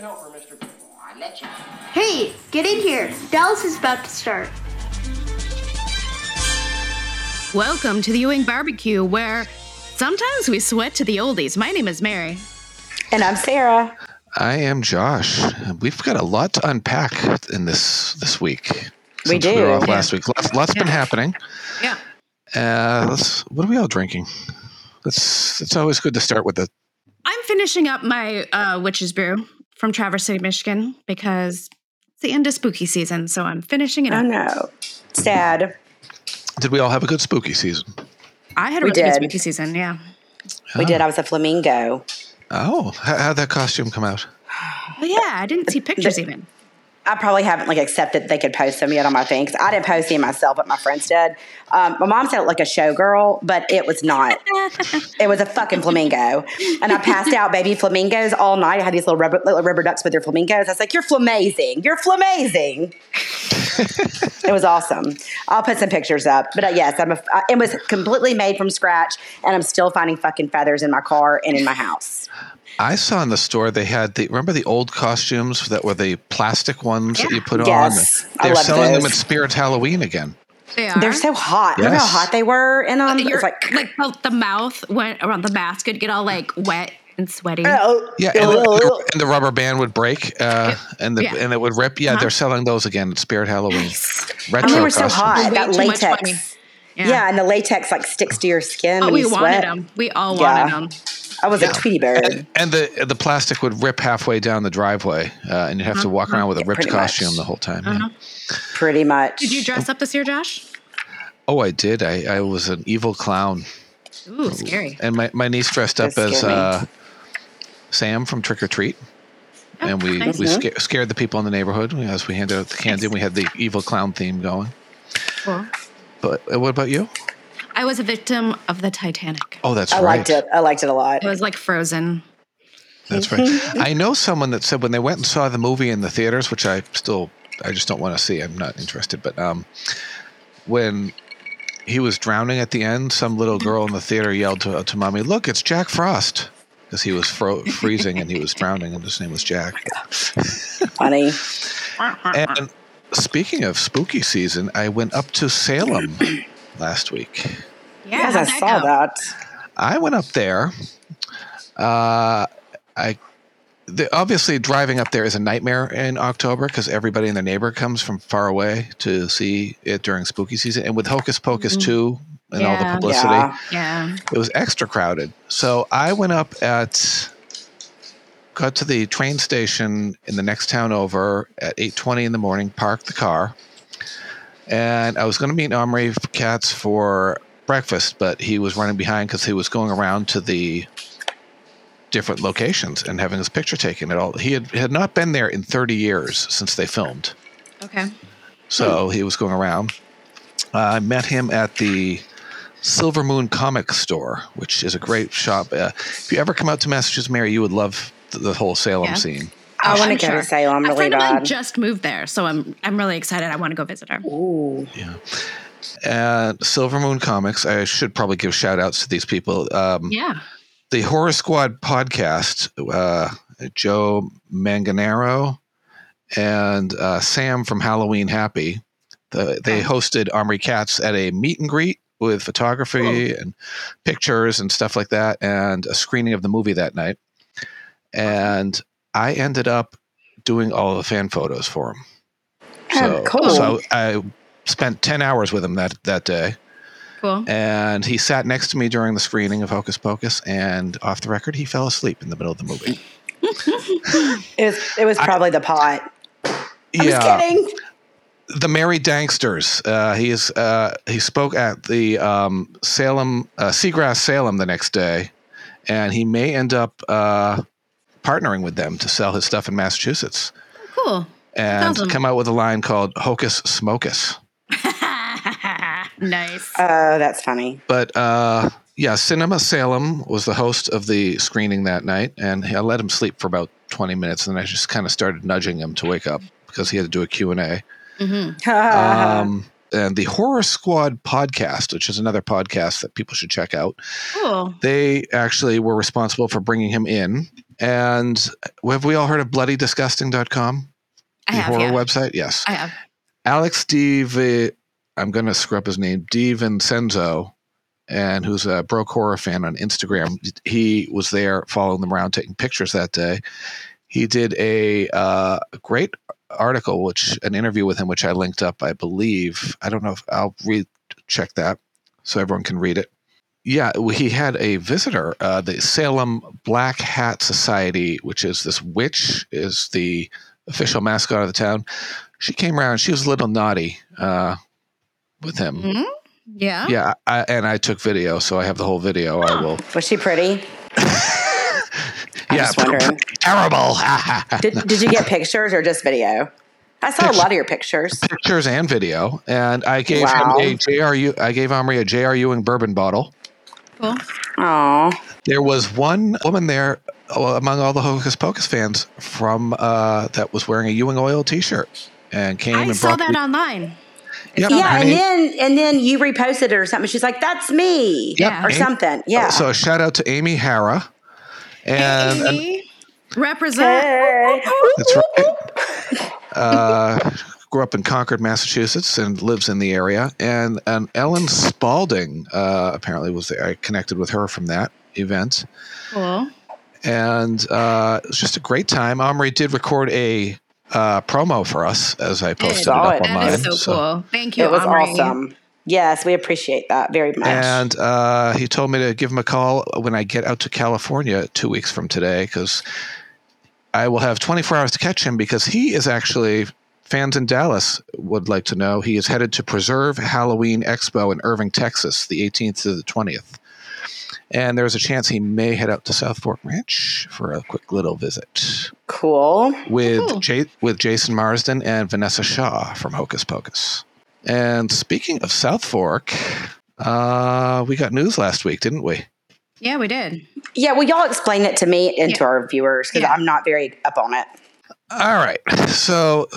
helper, Mr. Big. I let you. Hey, get in here. Dallas is about to start. Welcome to the Ewing Barbecue, where sometimes we sweat to the oldies. My name is Mary. And I'm Sarah. I am Josh. We've got a lot to unpack in this this week. We Since do. were off Yeah. last week. Lots, lots been Yeah. happening. Yeah. Uh, let's, what are we all drinking? That's it's always good to start with the I'm finishing up my uh, witch's brew from Traverse City, Michigan, because it's the end of spooky season, so I'm finishing it Oh up. no. Sad. Did we all have a good spooky season? I had a We really good did. spooky season, yeah. We did. I was a flamingo. Oh, how, how'd that costume come out? But yeah, I didn't see pictures even. I probably haven't like accepted they could post them yet on my thing because I didn't post any myself, but my friends did. Um, my mom said it looked like a showgirl, but it was not. it was a fucking flamingo, and I passed out baby flamingos all night. I had these little rubber, little rubber ducks with their flamingos. I was like, "You're flamazing! You're flamazing!" it was awesome. I'll put some pictures up, but uh, yes, I'm. A, uh, it was completely made from scratch, and I'm still finding fucking feathers in my car and in my house. I saw in the store they had the remember the old costumes that were the plastic ones that you put Yes. on. I They're love selling them those. at Spirit Halloween again. They are. They're so hot. Remember how Yes. hot they were in them? Your- It's like, like. the- the mouth went around the basket, get all like wet and sweaty. Oh, Yeah, and, the, and the- and the rubber band would break, uh, and the Yeah. and it would rip. Yeah, Uh-huh. they're selling those again at Spirit Halloween. And Retro they were so costumes. hot. Way That too much money. latex. Yeah. and the latex like sticks to your skin. Oh, when we you wanted sweat. them. We all Yeah. wanted them. I was a Tweety Bird. And the the plastic would rip halfway down the driveway, uh, and you'd have to walk Uh-huh. around with a ripped pretty much. costume the whole time. yeah. Pretty much. Did you dress up this year, Josh? Oh, I did. I, I was an evil clown, Ooh, scary. and my, my niece dressed up That as scared me. uh, Sam from Trick or Treat, and we Oh, nice. we Mm-hmm. sca- scared the people in the neighborhood as we handed out the candy. and We had the evil clown theme going. Cool. But uh, what about you? I was a victim of the Titanic. Oh, that's I right. liked it. I liked it a lot. I was like frozen. That's right. I know someone that said when they went and saw the movie in the theaters, which I still, I just don't want to see. I'm not interested. But um, when he was drowning at the end, some little girl in the theater yelled to, to mommy, "Look, it's Jack Frost," because he was fro- freezing and he was drowning, and his name was Jack. Funny. And speaking of spooky season, I went up to Salem last week. Yeah, Yes, I how'd saw go? that. I went up there. Uh, I the, obviously driving up there is a nightmare in October because everybody and their neighbor comes from far away to see it during spooky season, and with Hocus Pocus two and all the Yeah. publicity, Yeah. Yeah. it was extra crowded. So I went up at got to the train station in the next town over at 8.20 in the morning parked the car and i was going to meet omri katz for breakfast but he was running behind because he was going around to the different locations and having his picture taken at all he had, had not been there in 30 years since they filmed Okay. so he was going around. I met him at the Silver Moon Comic Store, which is a great shop. Uh, if you ever come out to Massachusetts, Mary, you would love th- the whole Salem Yeah. scene. I want Oh, I'm to go sure. to Salem a really friend of mine bad. just moved there, so I'm I'm really excited. I want to go visit her. Ooh. Uh, Silver Moon Comics. I should probably give shout outs to these people. Um, Yeah. The Horror Squad podcast, uh, Joe Manganaro and uh, Sam from Halloween Happy. The, they hosted Omri Katz at a meet and greet with photography and pictures and stuff like that, and a screening of the movie that night. And I ended up doing all the fan photos for him. So, cool. so I spent 10 hours with him that, that day. Cool. And he sat next to me during the screening of Hocus Pocus. And off the record, he fell asleep in the middle of the movie. It was, it was probably the pot. I'm just kidding. the Mary Danksters. Uh, he is. Uh, he spoke at the um, Salem uh, Seagrass Salem the next day, and he may end up uh, partnering with them to sell his stuff in Massachusetts Cool. and Awesome. come out with a line called Hocus Smokus. nice. Oh, that's funny. But uh, yeah, Cinema Salem was the host of the screening that night, and I let him sleep for about twenty minutes, and then I just kind of started nudging him to wake up because he had to do a Q and A. Mm-hmm. Uh-huh. um, and the Horror Squad podcast, which is another podcast that people should check out. cool. They actually were responsible for bringing him in And have we all heard of bloodydisgusting.com? I The have, horror yeah. website? Yes. I have. Alex Div, I'm going to screw up his name, DiVincenzo, and who's a broke horror fan on Instagram. He was there following them around, taking pictures that day. He did a uh, great article, which an interview with him, which I linked up, I believe. I don't know if I'll recheck that so everyone can read it. Yeah, he had a visitor, uh, the Salem Black Hat Society, which is this witch, is the official mascot of the town she came around. She was a little naughty uh, with him. Hmm? Mm, Yeah. Yeah, I, and I took video, so I have the whole video. I will. Was she pretty? I'm yeah, just wondering. terrible Did, did you get pictures or just video? I saw a lot of your pictures. pictures and video. And I gave Wow. him a JRU. I gave Omri a JR Ewing bourbon bottle. Cool. Oh, There was one woman there uh, among all the Hocus Pocus fans from uh, that was wearing a Ewing Oil T-shirt and came I and saw brought. that online. Yep, yeah, her and name- then and then you reposted it or something. She's like, "That's me," Yep. or Amy- something. Yeah. So a shout out to Amy Hara. And, and Amy, represent. That's right. Uh, grew up in Concord, Massachusetts, and lives in the area. And and Ellen Spalding uh, apparently was there. I connected with her from that event, Cool. and uh, it was just a great time. Omri did record a uh, promo for us as I posted it Saw up it. online. That is so, cool. Thank you. it was Omri. awesome. Yes, we appreciate that very much. And uh, he told me to give him a call when I get out to California two weeks from today because I will have 24 hours to catch him because he is actually, fans in Dallas would like to know, he is headed to Preserve Halloween Expo in Irving, Texas, the 18th to the 20th. And there's a chance he may head out to South Fork Ranch for a quick little visit cool. with Cool. Ja- with Jason Marsden and Vanessa Shaw from Hocus Pocus. And speaking of South Fork, uh, we got news last week, didn't we? Yeah, we did. Yeah, well, y'all explain it to me and to Yeah. our viewers because Yeah. I'm not very up on it. All right. So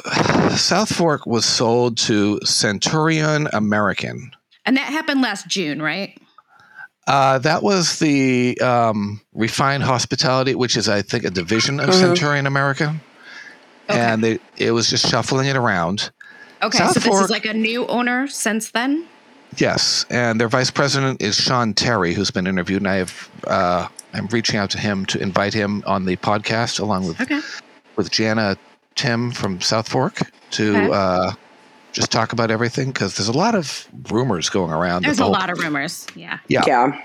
South Fork was sold to Centurion American. And that happened last June, right? Uh, that was the um, Refined Hospitality, which is, I think, a division of Centurion American. Okay. And they, it was just shuffling it around. Okay, South so this Fork- is like a new owner since then. Yes, and their vice president is Sean Terry, who's been interviewed, and I have uh, I'm reaching out to him to invite him on the podcast along with Okay. with Jana Tim from South Fork to Okay. uh, just talk about everything because there's a lot of rumors going around. that There's the a whole- lot of rumors. Yeah. Yeah. Yeah.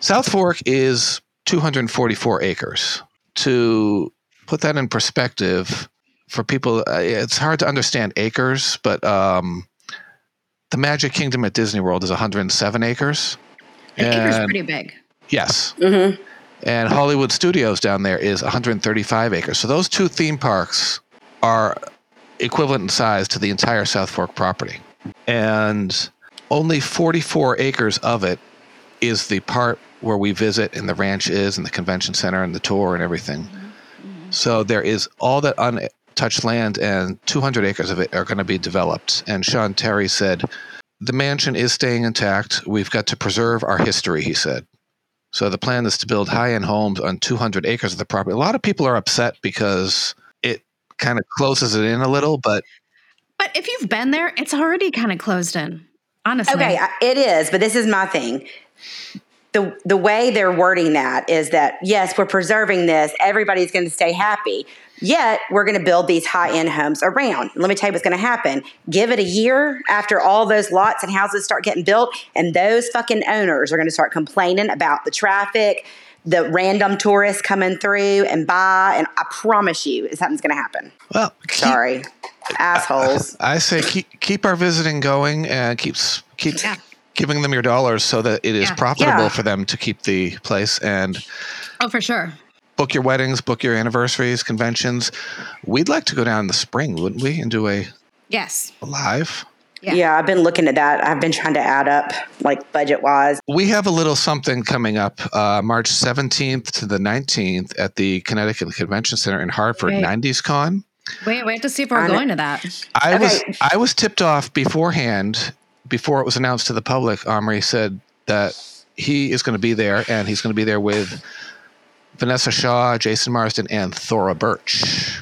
South Fork is 244 acres. To put that in perspective, for people, uh, it's hard to understand acres, but um, the Magic Kingdom at Disney World is 107 acres. An acre's And- pretty big. Yes. Mhm. And Hollywood Studios down there is 135 acres. So those two theme parks are equivalent in size to the entire South Fork property. And only 44 acres of it is the part where we visit and the ranch is and the convention center and the tour and everything. So there is all that untouched land and 200 acres of it are going to be developed. And Sean Terry said, the mansion is staying intact. We've got to preserve our history, he said. So the plan is to build high-end homes on 200 acres of the property. A lot of people are upset because it kind of closes it in a little, but But if you've been there, it's already kind of closed in. Honestly. Okay, I- it is, but this is my thing. The, the way they're wording that is that yes, we're preserving this. Everybody's going to stay happy. Yet we're going to build these high end homes around. Let me tell you what's going to happen. Give it a year after all those lots and houses start getting built, and those fucking owners are going to start complaining about the traffic, the random tourists coming through and by. And I promise you, something's going to happen. well, keep- Sorry, assholes. I say keep keep our visiting going and keeps keep Yeah. giving them your dollars so that it is Yeah. profitable Yeah. for them to keep the place and oh, for sure. book your weddings, book your anniversaries, conventions. We'd like to go down in the spring, wouldn't we, and do a Yes. live? Yeah. Yeah. I've been looking at that. I've been trying to add up like budget wise. We have a little something coming up uh, March 17th to the 19th at the Connecticut Convention Center in Hartford, Right. 90s Con. Wait, we have to see if we're I'm- going to that. I Okay. was I was tipped off beforehand, before it was announced to the public. Omri said that he is going to be there, and he's going to be there with Vanessa Shaw, Jason Marsden, and Thora Birch,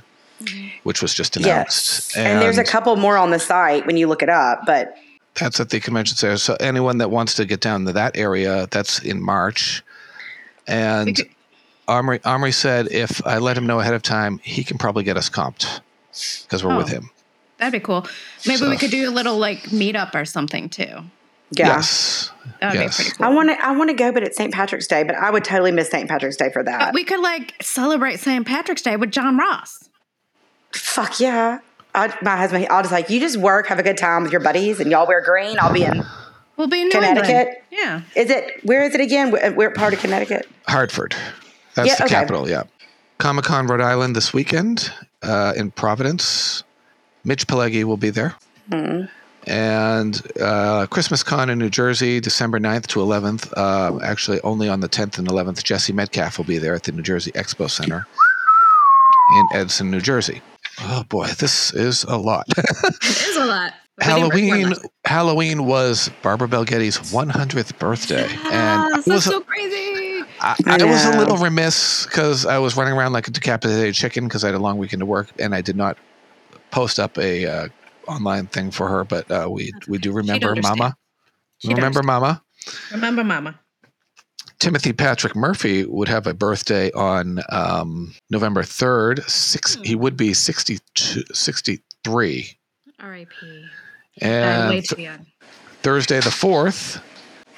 which was just announced. Mm-hmm. Yes. And, there's a couple more on the site when you look it up, but That's at the convention center. So anyone that wants to get down to that area, that's in March. And could- Omri Omri said if I let him know ahead of time, he can probably get us comped because we're with Oh. him. That'd be cool. Maybe So- we could do a little like meetup or something too. yeah. Yes. That would yes. be pretty cool. I want to I want to go, but it's St. Patrick's Day. But I would totally miss St. Patrick's Day for that. we could like celebrate St. Patrick's Day with John Ross. Fuck yeah! I, my husband, I'll just like you just work, have a good time with your buddies, and y'all wear green. I'll be in. We'll be in New Connecticut? England. Yeah. Is it where is it again? We're, we're part of Connecticut. Hartford. That's Yeah, the okay. capital, yeah. Comic Con Rhode Island this weekend uh, in Providence. Mitch Pelegi will be there. And uh, Christmas Con in New Jersey, December 9th to 11th. Uh, actually, only on the 10th and 11th, Jesse Metcalf will be there at the New Jersey Expo Center in Edison, New Jersey. Oh boy, this is a lot. It is a lot. We didn't record Halloween that. Halloween was Barbara Bel Geddes' 100th birthday, Yes, and it was Oh, that's so crazy. I, I I was a know. little remiss because I was running around like a decapitated chicken because I had a long weekend to work and I did not post up a uh, online thing for her. But uh, we we do remember understand. Mama. don't remember Mama. Remember Mama. Timothy Patrick Murphy would have a birthday on um, November third. Six. He would be 62, 63. R.I.P. I'm And way too young. Thursday the 4th,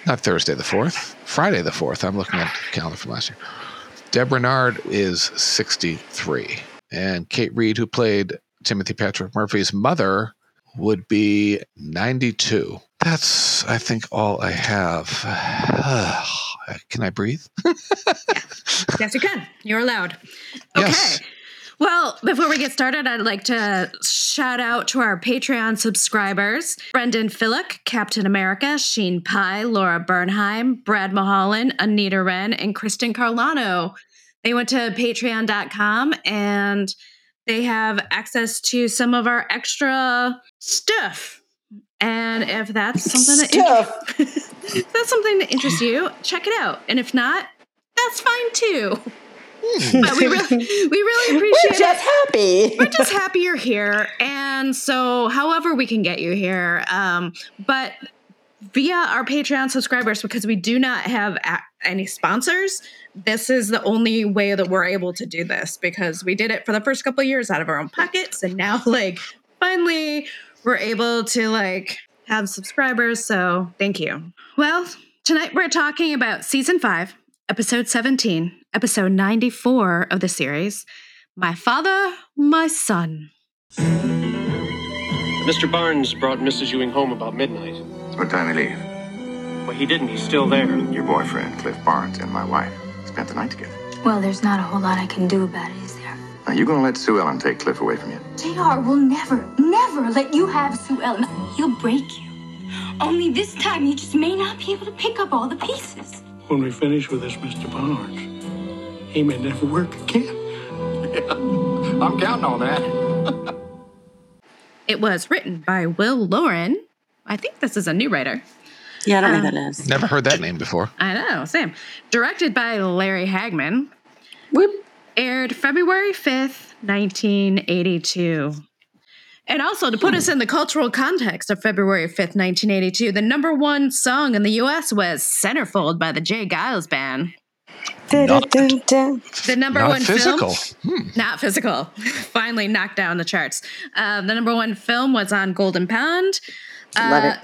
not Thursday the 4th, Friday the 4th. I'm looking at the calendar from last year. Deb Renard is 63. And Kate Reed, who played Timothy Patrick Murphy's mother, would be 92. That's, I think, all I have. Can I breathe? Yes, you can. You're allowed. Okay. Yes. Well, before we get started, I'd like to shout out to our Patreon subscribers Brendan Phillick, Captain America, Sheen Pye, Laura Bernheim, Brad Mulholland, Anita Wren, and Kristen Carlano. They went to patreon.com and they have access to some of our extra stuff. And if that's something that Stuff. if that's something that interests you, check it out. And if not, that's fine too. But we really, we really Hmm. We're appreciate it. just happy. We're just happy you're here, and so however we can get you here, um, but via our Patreon subscribers because we do not have a- any sponsors. This is the only way that we're able to do this because we did it for the first couple of years out of our own pockets, and now like finally we're able to like have subscribers. So thank you. Well, tonight we're talking about season five, episode seventeen, episode ninety-four of the series. My father, my son. Mr. Barnes brought Mrs. Ewing home about midnight. What time you leave? Well, he didn't. He's still there. Your boyfriend, Cliff Barnes, and my wife spent the night together. Well, there's not a whole lot I can do about it, is there? Now, you gonna let Sue Ellen take Cliff away from you? JR will never, never let you have Sue Ellen. He'll break you. Only this time you just may not be able to pick up all the pieces. When we finish with this, Mr. Barnes, he may never work again. I'm counting on that. It was written by Will Lauren. I think this is a new writer. Yeah, I don't know who that is. Never heard that name before. I know, Sam. Directed by Larry Hagman. Whoop. Aired February 5th, 1982. And also, to put us in the cultural context of February 5th, 1982, the number one song in the US was Centerfold by the Jay Giles Band. Dun-dun-dun-dun. The number Not one physical. film. not physical. Finally knocked down the charts. Uh, the number one film was on Golden Pound. Love it.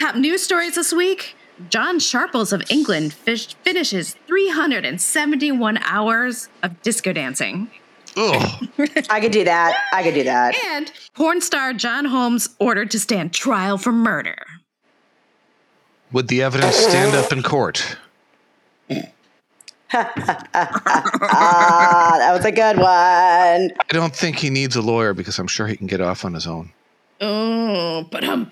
Top news stories this week. John Sharples of England fish, finishes 371 hours of disco dancing. Ugh. I could do that. I could do that. And porn star John Holmes ordered to stand trial for murder. Would the evidence stand up in court? Ah, that was a good one. I don't think he needs a lawyer because I'm sure he can get off on his own. Oh, but um,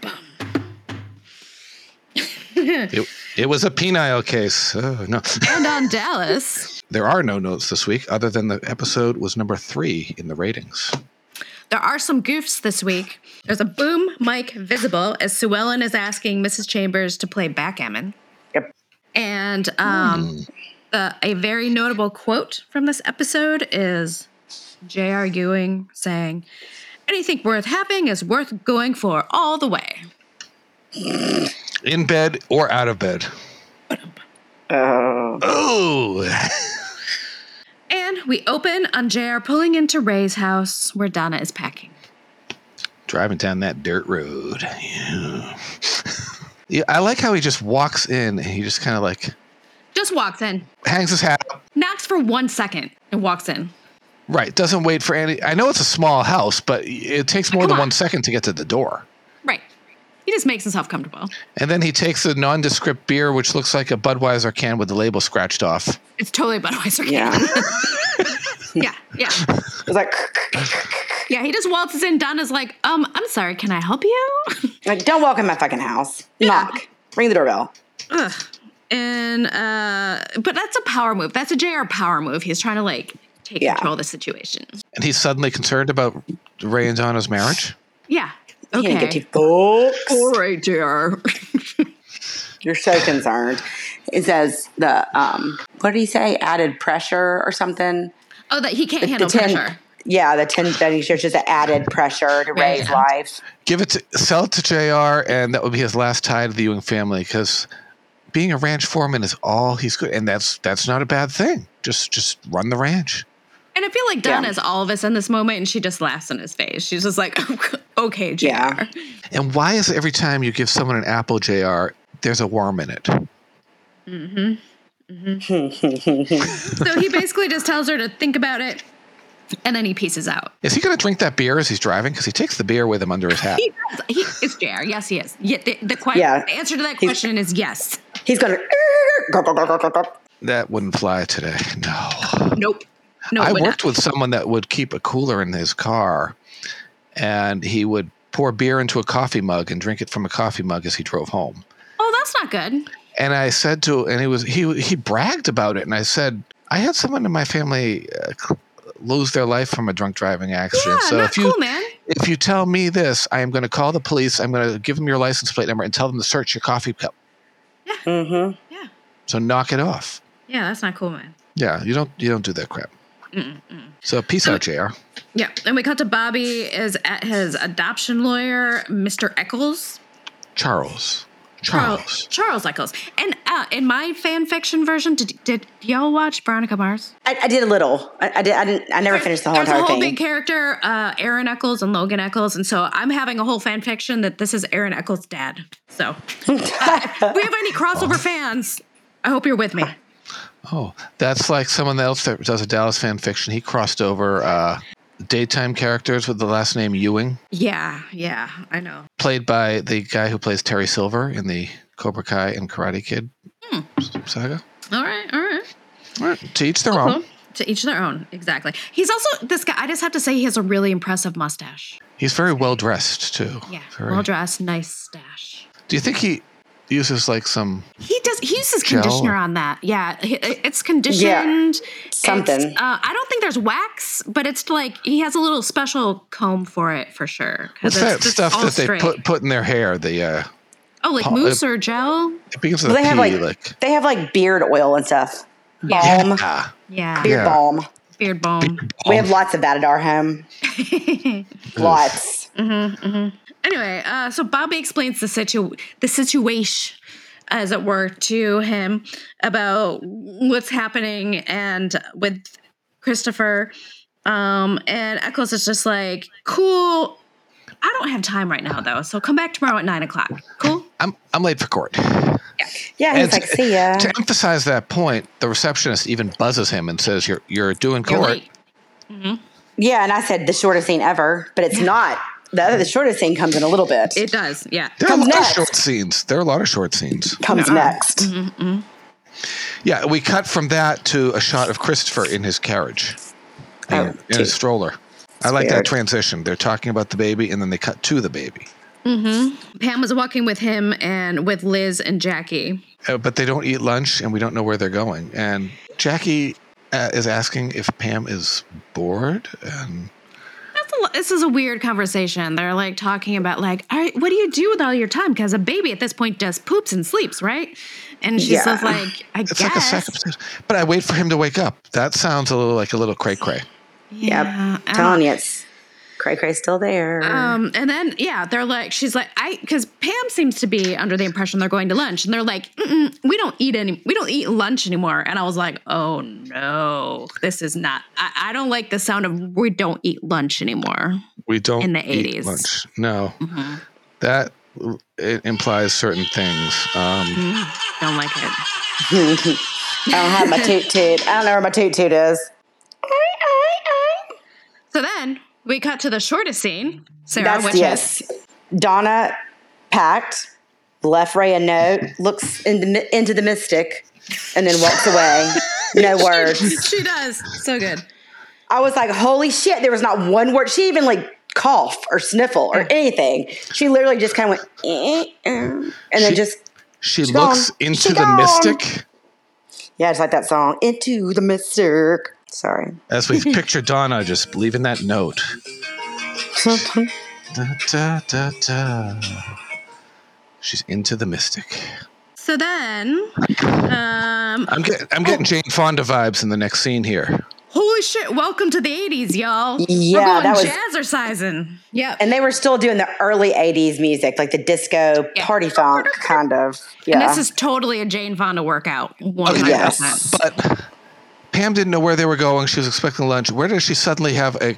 It, it was a penile case. Oh, no. and on Dallas, There are no notes this week, other than the episode was number three in the ratings. There are some goofs this week. There's a boom mic visible as Sue Ellen is asking Mrs. Chambers to play backgammon. Yep. And um, The, a very notable quote from this episode is J.R. Ewing saying, Anything worth having is worth going for all the way. in bed or out of bed. Oh. And we open on J.R. pulling into Ray's house where Donna is packing. Driving down that dirt road. Yeah. yeah, I like how he just walks in. and He just kind of like Just walks in, hangs his hat up. knocks for one second, and walks in. Right. Doesn't wait for any. I know it's a small house, but it takes more Come than on. one second to get to the door. Right. He just makes himself comfortable. And then he takes a nondescript beer, which looks like a Budweiser can with the label scratched off. It's totally Budweiser. Yeah. Yeah. Yeah. It was like, Yeah. He just waltzes in. Donna's like, um, I'm sorry. Can I help you? like, don't walk in my fucking house. Knock. Ring the doorbell. Ugh. And uh but that's a power move. That's a JR power move. He's trying to like take Yeah. control of the situation. And he's suddenly concerned about Ray and Donna's marriage. Yeah. You didn't get Okay. to folks. All right, JR. You're so concerned. It says the um what did he say? Added pressure or something? oh, that he can't The- handle the ten- pressure. Yeah, the ten that he shows just the added pressure to Right. Ray's life. Give it to sell it to JR, and that would be his last tie to the Ewing family because being a ranch foreman is all he's good, and that's that's not a bad thing. Just just run the ranch. And I feel like Yeah. Donna's all of us in this moment and she just laughs in his face. She's just like, okay, JR. Yeah. And why is it every time you give someone an apple, JR, there's a worm in it? So he basically just tells her to think about it and then he pieces out. Is he going to drink that beer as he's driving? Because he takes the beer with him under his hat. He does. He is JR. Yes, he is. Yeah, the, the, que- Yeah. the answer to that He's- question is yes. He's gonna that wouldn't fly today. No. Nope. No, I it would not. worked with someone that would keep a cooler in his car, and he would pour beer into a coffee mug and drink it from a coffee mug as he drove home. Oh, that's not good. And I said to, and he was he he bragged about it, and I said I had someone in my family uh, c- lose their life from a drunk driving accident. Yeah, so not if you cool, man. if you tell me this, I am going to call the police. I'm going to give them your license plate number and tell them to search your coffee cup. mm-hmm. Yeah. So knock it off. Yeah, that's not cool, man. Yeah, you don't you don't do that crap. So peace out, Jr. Yeah. And we cut to Bobby is at his adoption lawyer, Mr. Eccles. Charles. Charl- Charles. Charles Eccles. And uh, in my fan fiction version, did, did y'all watch Veronica Mars? I, I did a little. I, I did I didn't I never finished the whole There's entire a whole thing. big character, uh, Aaron Eccles and Logan Eccles. And so I'm having a whole fan fiction that this is Aaron Eccles' dad. So uh, if we have any crossover fans, I hope you're with me. Oh, that's like someone else that does a Dallas fan fiction. He crossed over uh, daytime characters with the last name Ewing, Yeah, yeah, I know. played by the guy who plays Terry Silver in the Cobra Kai and Karate Kid Hmm. saga. All right, all right. All right, to each their own. Cool. To each their own, exactly. He's also this guy. I just have to say, he has a really impressive mustache. He's very well dressed too. Yeah, Very- well dressed, nice stash. Do you think he uses like some? He does. He uses Gel. conditioner on that. Yeah, he- it's conditioned. It's, Something. uh, I don't think there's wax, but it's like he has a little special comb for it for sure. 'cause What's it's that just stuff all that they straight. put uh, put in their hair? The uh, Oh, like pol- mousse or gel? it begins with Well, they a P. have like, Like, they have like beard oil and stuff. Yeah. Balm. ah, Yeah, Beard Yeah. balm. beard balm. We have lots of that at our home. lots. Anyway, uh, so Bobby explains the situ the situation, as it were, to him about what's happening and with Christopher. Um, and Eccles is just like, "Cool, I don't have time right now though, so come back tomorrow at nine o'clock. Cool." I'm I'm late for court. Yeah, he's And like, see ya. To emphasize that point, the receptionist even buzzes him and says, "You're you're doing You're court." late. Yeah, and I said the shortest scene ever, but it's not. The other, the shortest scene comes in a little bit. Mm-hmm. It does, yeah. There are a Come lot next. of short scenes. There are a lot of short scenes. comes next. Mm-hmm. Yeah, we cut from that to a shot of Christopher in his carriage, in, Oh, in cute. his stroller. I like that weird. transition. They're talking about the baby, and then they cut to the baby, Pam was walking with him and with Liz and Jackie. uh, but they don't eat lunch, and we don't know where they're going. And Jackie uh, is asking if Pam is bored, and That's a lo- this is a weird conversation. They're like talking about like, all right, what do you do with all your time? Because a baby at this point just poops and sleeps, right? And she's Yeah. just like, I It's guess. like a second. But I wait for him to wake up. That sounds a little like a little cray cray. Yeah. Uh, Yep. Telling you, it's cray cray's still there. Um, and then yeah, they're like, she's like, I because Pam seems to be under the impression they're going to lunch, and they're like, Mm-mm, we don't eat any, we don't eat lunch anymore. And I was like, oh no, this is not. I, I don't like the sound of we don't eat lunch anymore. We don't In the Mm-hmm. eat 80s. lunch. No, that it implies certain things. Um, Don't like it. I don't have my toot toot. I don't know where my toot toot is. So then we cut to the shortest scene. Sarah, That's which is yes. Donna packed, left Ray a note, looks in the, mi- into the mystic, and then walks away. No words. she does so good. I was like, holy shit, there was not one word. She even like cough or sniffle or anything. She literally just kind of went, eh, eh, and then She- just, she She looks gone. into She the gone. mystic yeah, it's like that song, Into the Mystic. Sorry. as we picture Donna just leaving that note. Da, da, da, da. She's into the mystic. So then, um, I'm Oh. getting I'm getting Jane Fonda vibes in the next scene here. holy shit! Welcome to the '80s, y'all. Yeah, We're going that was- jazzercising. Yep. And they were still doing the early 80s music, like the disco Yeah. party funk kind of. Yeah. And this is totally a Jane Fonda workout. 100%. Yes. But Pam didn't know where they were going. She was expecting lunch. Where does she suddenly have a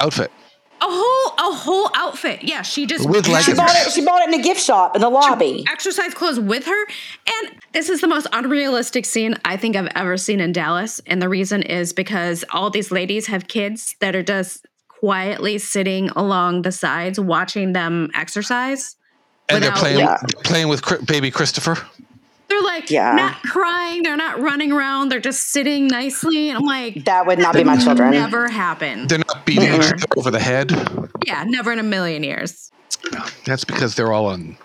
outfit? A whole a whole outfit. Yeah, she just With had she leggings. bought it. She bought it in a gift shop in the lobby. exercise clothes with her. And this is the most unrealistic scene I think I've ever seen in Dallas. And the reason is because all these ladies have kids that are just quietly sitting along the sides watching them exercise. And they're Without- playing Yeah. they're playing with Cri- baby Christopher. They're like Yeah. not crying, they're not running around, they're just sitting nicely. And I'm like, That would not be my children. never happened. They're not beating each Never. other over the head. Yeah, never in a million years. That's because they're all on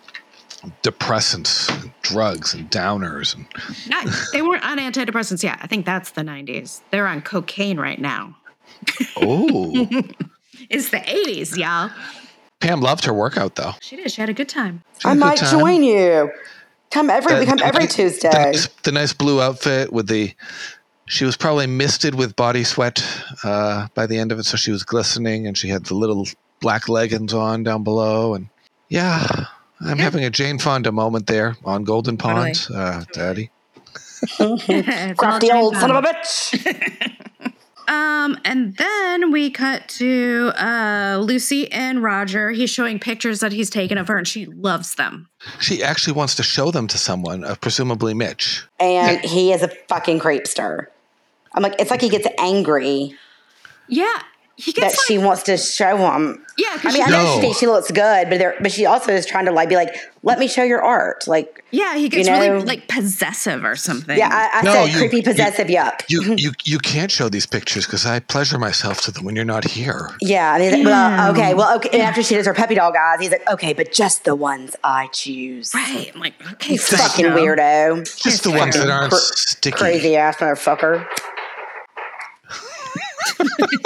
depressants, and drugs, and downers. And Not, they weren't on antidepressants yet. I think that's the 90s. They're on cocaine right now. oh, It's the 80s, y'all. Pam loved her workout though. She did. She had a good time. She I had a good might time. join you. Come every Uh, we come every the- The Tuesday. nice, the nice blue outfit with the. She was probably misted with body sweat uh, by the end of it, so she was glistening, and she had the little black leggings on down below, and yeah, I'm having a Jane Fonda moment there on Golden Pond, uh, Daddy. It's all Crafty Jane old son of Fonda. a bitch. Um, and then we cut to uh, Lucy and Roger. He's showing pictures that he's taken of her, and she loves them. She actually wants to show them to someone, uh, presumably Mitch. And he is a fucking creepster. I'm like, it's like he gets angry Yeah, he that gets she like, wants to show him. yeah, I because mean, I know she No. thinks she looks good, but there, but she also is trying to like be like, let me show your art. Like, yeah, he gets know- really like possessive or something. yeah, I, I No, said you- creepy you- possessive yuck. You you you can't show these pictures because I pleasure myself to them when you're not here. Yeah, and he's like, well, okay, well, okay. And after she does her puppy dog eyes, he's like, okay, but just the ones I choose. right. I'm like, okay, He's fucking psycho. weirdo, Just the ones that aren't Cra- sticky. crazy ass motherfucker.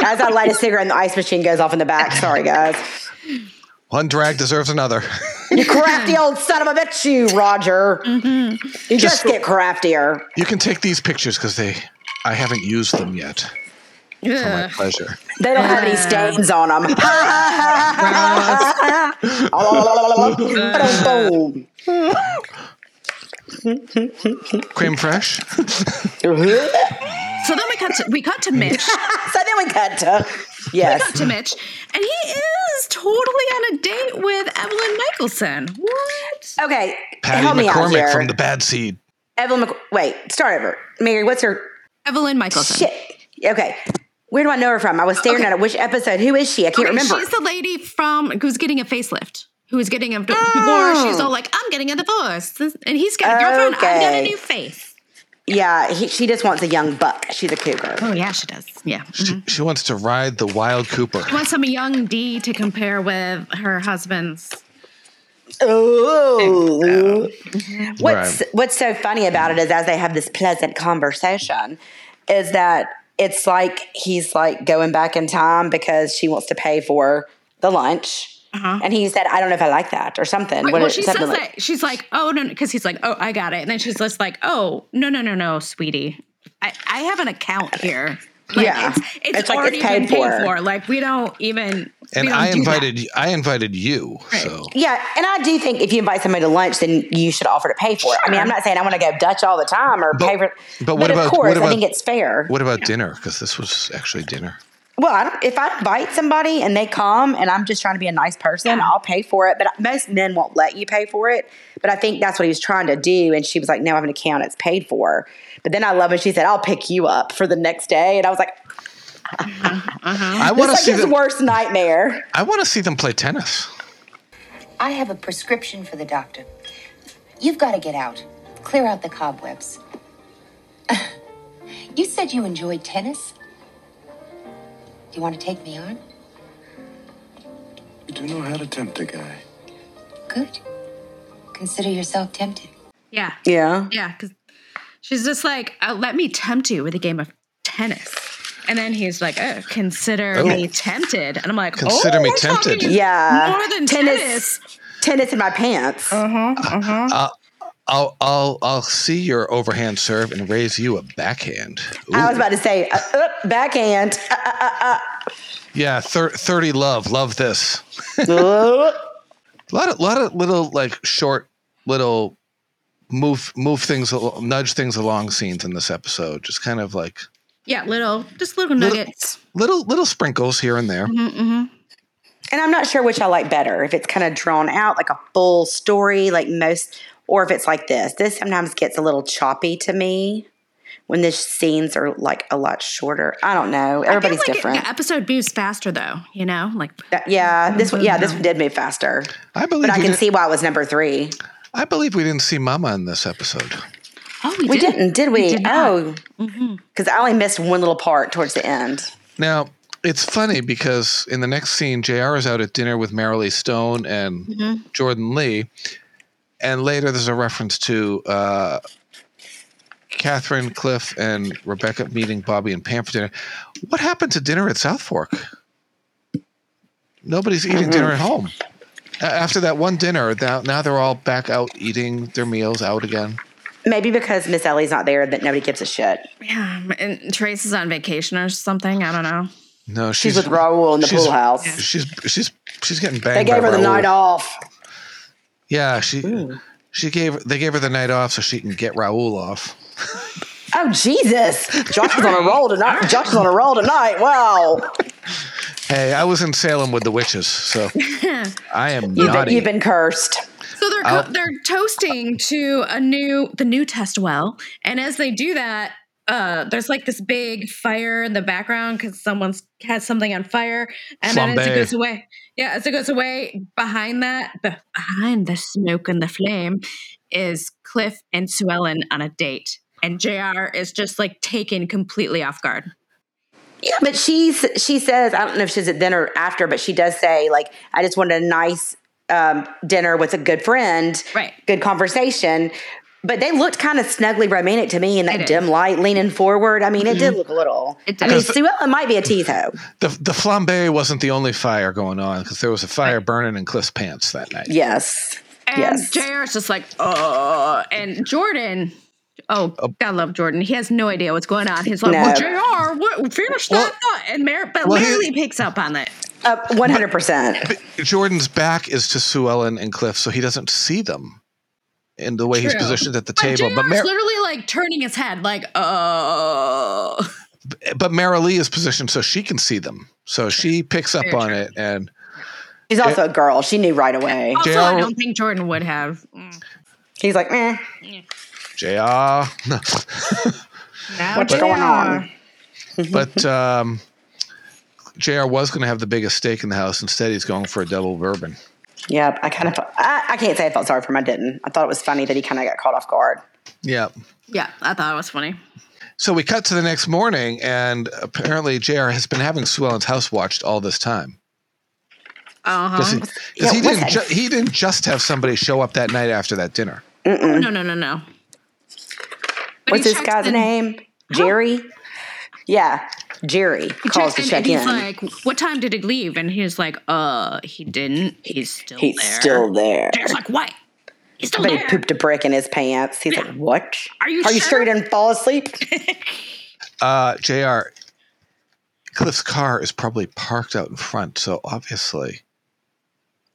As I light a cigarette, and the ice machine goes off in the back. Sorry, guys. One drag deserves another. You crafty old son of a bitch, you Roger. You just, get craftier. You can take these pictures because they, I haven't used them yet. For my Ugh. pleasure. They don't have any stains on them. Boom. Cream fresh. So then we cut to, we cut to Mitch. So then we cut to yes. to Mitch, and he is totally on a date with Evelyn Michelson. What? Okay, Patty help me out McCormick here. from the Bad Seed. Evelyn, Mc- wait, start over. Mary, what's her Evelyn Michelson. shit? Okay, where do I know her from? I was staring at it. Which episode? Who is she? I can't Okay, remember. She's the lady from who's getting a facelift. Who is getting a d- Oh. divorce? She's all like, "I'm getting a divorce," and he's got a girlfriend. I've got a Okay. new face. yeah, he, she just wants a young buck. She's a cougar. Oh yeah, she does. Yeah, Mm-hmm. she Mm-hmm. She, she wants to ride the Wild Cooper. wants some young D to compare with her husband's. Oh, what's Right. what's so funny about it is as they have this pleasant conversation, is that it's like he's like going back in time because she wants to pay for the lunch. Uh-huh. And he said, I don't know if I like that or something. Right, What- well, she says something like- that she's like, oh no, because he's like, oh, I got it, and then she's just like, oh, no, no, no, no, sweetie, I, I have an account here. Like, Yeah. it's, it's, It's like already it's paid been paid for. for. Like we don't even. and we don't I do that. invited I invited you. So Yeah, and I do think if you invite somebody to lunch, then you should offer to pay for it. I mean, I'm not saying I want to go Dutch all the time or pay for. but what of about- course, what about- I think it's fair. what about dinner? Because this was actually dinner. well, I don't, if I invite somebody and they come, and I'm just trying to be a nice person, I'll pay for it. But most men won't let you pay for it. But I think that's what he was trying to do, and she was like, "No, I have an account; it's paid for." But then I love when she said, "I'll pick you up for the next day," and I was like, I "It's want to like see his them. worst nightmare." I want to see them play tennis. I have a prescription for the doctor. You've got to get out, clear out the cobwebs. you said you enjoyed tennis. You want to take me on? You do know how to tempt a guy. Good. Consider yourself tempted. Yeah, Yeah, yeah, because she's just like, uh, let me tempt you with a game of tennis, and then he's like, oh, consider Oh. me tempted, and I'm like, Consider oh, me we're tempted. talking yeah. more than tennis, tennis. tennis in my pants. Uh-huh. I'll I'll I'll see your overhand serve and raise you a backhand. I Ooh. was about to say uh, uh, backhand. yeah, thir- thirty love, love this. A lot of lot of little like short little move move things al- nudge things along scenes in this episode. Just kind of like Yeah, little, just little nuggets. little little sprinkles here and there. Mm-hmm. And I'm not sure which I like better. If it's kind of drawn out, like a full story, like most, or if it's like this. This sometimes gets a little choppy to me when the scenes are like a lot shorter. I don't know. I feel Everybody's like different. The episode moves faster though, you know, like That- yeah, this one. Yeah, this one did move faster, I but believe I we can did, see why it was number three. I believe we didn't see Mama in this episode. oh, We didn't, did we? did not. oh, Mm-hmm. because I only missed one little part towards the end. Now it's funny because in the next scene, Jr. is out at dinner with Marilee Stone and Mm-hmm. Jordan Lee, and later there's a reference to uh, Catherine Cliff and Rebecca meeting Bobby and Pam for dinner. What happened to dinner at South Fork? Nobody's eating dinner at home. A- After that one dinner, now, now they're all back out eating their meals out again. Maybe because Miss Ellie's not there, that nobody gives a shit. Yeah, and Trace is on vacation or something. I don't know. No, she's, She's with Raul in the she's- pool house. She's she's she's getting They banged. gave by her the Raoul. night off. Yeah, she she gave they gave her the night off so she can get Raul off. Oh Jesus! Josh was on a roll tonight. Josh was on a roll tonight. Wow! Hey, I was in Salem with the witches, so I am You've been, naughty. you've been cursed. So they're co- they're toasting to a new the new test well, and as they do that, uh, there's like this big fire in the background because someone's has something on fire, and then as it Flambe. goes away, yeah, as it goes away, behind that, be- behind the smoke and the flame, is Cliff and Sue Ellen on a date, and Jr. is just like taken completely off guard. Yeah, but she's she says I don't know if she's at dinner after, but she does say like I just wanted a nice um, dinner with a good friend, Right. Good conversation. But they looked kind of snugly romantic to me in did. that dim light, leaning forward. I mean, Mm-hmm. it did look a little. It I mean, did. Sue Ellen might be a teeth hoe. the the flambe wasn't the only fire going on because there was a fire burning in Cliff's pants that night. Yes. And Yes. JR is just like, oh, and Jordan. Oh, God, love Jordan. He has no idea what's going on. He's like, No. well, JR, what, finish Well- that thought. And Mar- but well, he- Mary Lee picks up on it. Uh, One hundred percent. Jordan's back is to Sue Ellen and Cliff, so he doesn't see them in the way he's True. positioned at the But table. JR But Mar- is literally like turning his head, like, oh. but Marilee is positioned so she can see them, so she picks up Very on true. it and. She's also a girl. She knew right away. Also, JR I don't think Jordan would have. Mm, He's like, eh, JR. now what's JR. going on? but Mm-hmm. um, JR was going to have the biggest steak in the house. Instead, he's going for a double bourbon. Yep, I kind of, I, I can't say I felt sorry for him. I didn't. I thought it was funny that he kind of got caught off guard. Yeah. Yeah, I thought it was funny. So we cut to the next morning, and apparently JR has been having Sue Ellen's house watched all this time. Uh huh. Because he, 'cause Yeah, he what didn't the- ju- he didn't just have somebody show up that night after that dinner. Hmm. No, no, no, no. But he What's this checks guy's in- name? Jerry? Yeah. Jerry calls to and, check he's in. like, "What time did he leave?" And he's like, "Uh, he didn't. He's still He's there." still there. It's like, "What? He's still But he there? pooped a brick in his pants. He's like, What? Are you Are you sure sure?" he didn't fall asleep? Uh, Jr. Cliff's car is probably parked out in front, so obviously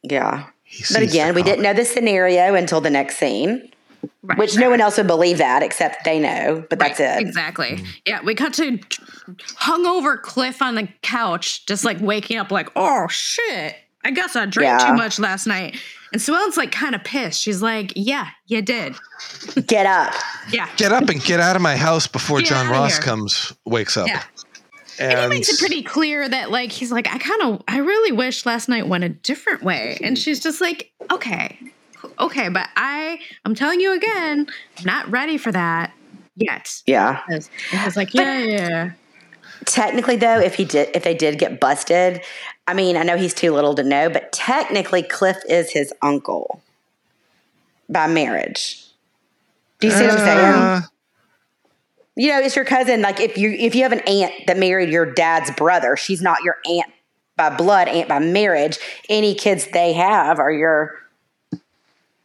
yeah. he But sees again, the we car. didn't know the scenario until the next scene, Right. which no one else would believe that except they know, but that's Right, it. Exactly. Yeah, we cut to hungover Cliff on the couch, just like waking up, like, oh shit, I guess I drank Yeah. too much last night. And Sue Ellen's like kind of pissed. She's like, yeah, you did. Get up. Yeah. Get up and get out of my house before Get John outta Ross here. comes wakes up. Yeah. And, He makes it pretty clear that, like, he's like, I kind of, I really wish last night went a different way. And she's just like, okay, okay, but I, I'm telling you again, I'm not ready for that yet. Yeah. And he's like, yeah, yeah, yeah. Technically though, if he did if they did get busted, I mean, I know he's too little to know, but technically Cliff is his uncle by marriage. Do you see what I'm saying? uh, you know it's your cousin like if you if you have an aunt that married your dad's brother she's not your aunt by blood aunt by marriage any kids they have are your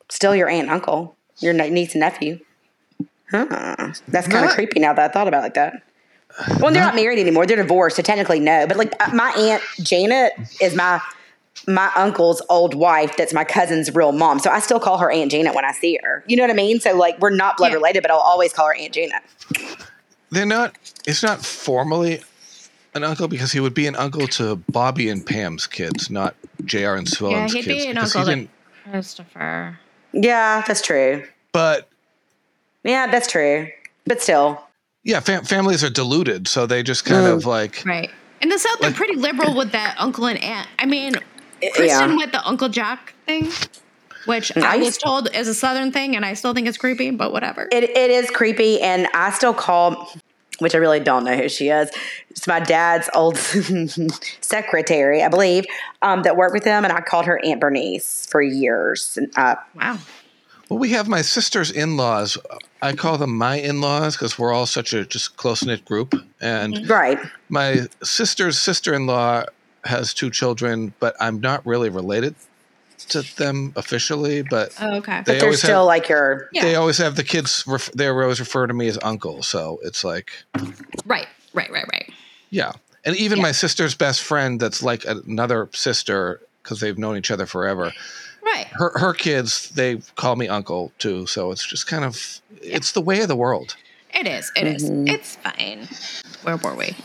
still your aunt and uncle your ni- niece and nephew huh that's kind of Not- creepy now that i thought about it like that well they're not married anymore they're divorced so technically no but like uh, my aunt janet is my my uncle's old wife that's my cousin's real mom so i still call her aunt janet when i see her you know what i mean so like we're not blood Yeah. related but i'll always call her aunt janet they're not. It's not formally an uncle because he would be an uncle to Bobby and Pam's kids, not Jr. and Sue Ellen's he'd be kids. an because uncle to- didn't- Christopher. Yeah, that's true. but Yeah, that's true. But still, yeah, fam- families are diluted, so they just kind of like Right. In the South, they're Like- pretty liberal with that uncle and aunt. I mean, Kristen with the Uncle Jack thing, which I, I was used- told is a Southern thing, and I still think it's creepy, but whatever. it, it is creepy. And I still call, which I really don't know who she is. It's my dad's old secretary, I believe, um, that worked with him. And I called her Aunt Bernice for years. And, uh, wow. Well, we have my sister's in laws. I call them my in laws because we're all such a just close knit group. And Mm-hmm. right. my sister's sister in law has two children, but I'm not really related to them officially. But Oh, okay. they They're always still have, like your. yeah. they always have the kids. Ref, they always refer to me as uncle. So it's like right. Right. Right. Right. yeah. And even my sister's best friend, that's like another sister because they've known each other forever. Right. Her her kids they call me uncle too. So it's just kind of it's the way of the world. It is. It is. It's fine. Where were we?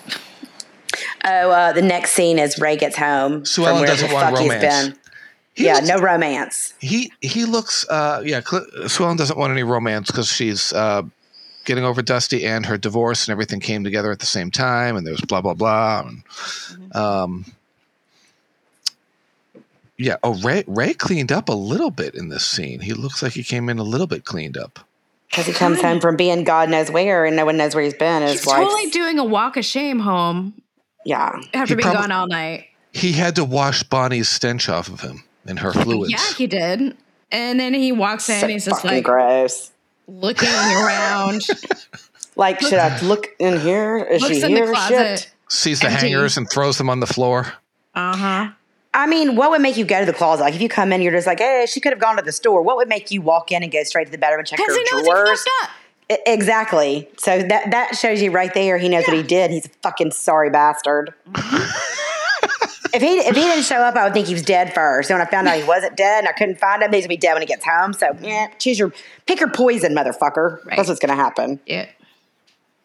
Oh, uh, the next scene is Ray gets home. Sue Ellen wherever doesn't want romance. He yeah, looks- no romance. he he looks uh yeah Cl- Sue Ellen doesn't want any romance because she's uh getting over Dusty and her divorce and everything came together at the same time and there was blah blah blah and Mm-hmm. um yeah oh Ray Ray cleaned up a little bit in this scene he looks like he came in a little bit cleaned up Because he comes home from being God knows where and no one knows where he's been. His He's wife's- totally doing a walk of shame home yeah. after He being probab- gone all night. he had to wash Bonnie's stench off of him and her fluids Yeah, he did. And then he walks in. So he's just fucking like gross. looking around. Like, should I look in here? Is looks she in the here? closet. Shit. sees the Empty. hangers and throws them on the floor Uh huh. I mean, what would make you go to the closet? Like, if you come in, you're just like, hey, she could have gone to the store. What would make you walk in and go straight to the bedroom and check her Because he knows he drawers? fucked up. E- exactly. So that that shows you right there. He knows what he did. He's a fucking sorry bastard. if he if he didn't show up, I would think he was dead first. And when I found out he wasn't dead and I couldn't find him, he's gonna be dead when he gets home. So yeah, choose your pick your poison, motherfucker. Right. That's what's gonna happen. Yeah.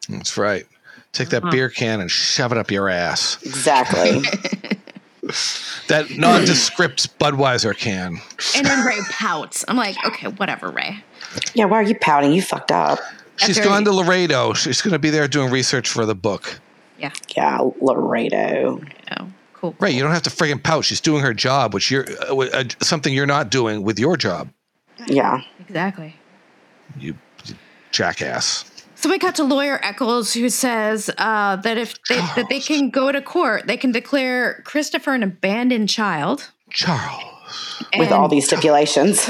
that's right take Uh-huh. that beer can and shove it up your ass Exactly. that nondescript Budweiser can. And then Ray pouts. I'm like, okay, whatever, Ray. yeah, why are you pouting? You fucked up. She's After- gone to Laredo. She's going to be there doing research for the book. Yeah. Yeah, Laredo. No. Cool. Right, you don't have to friggin' pout. She's doing her job, which you're uh, wi- uh, something you're not doing with your job. Yeah. Exactly. You, you jackass. So we got to lawyer Eccles, who says uh, that if they, that they can go to court, they can declare Christopher an abandoned child Charles. With and- all these stipulations.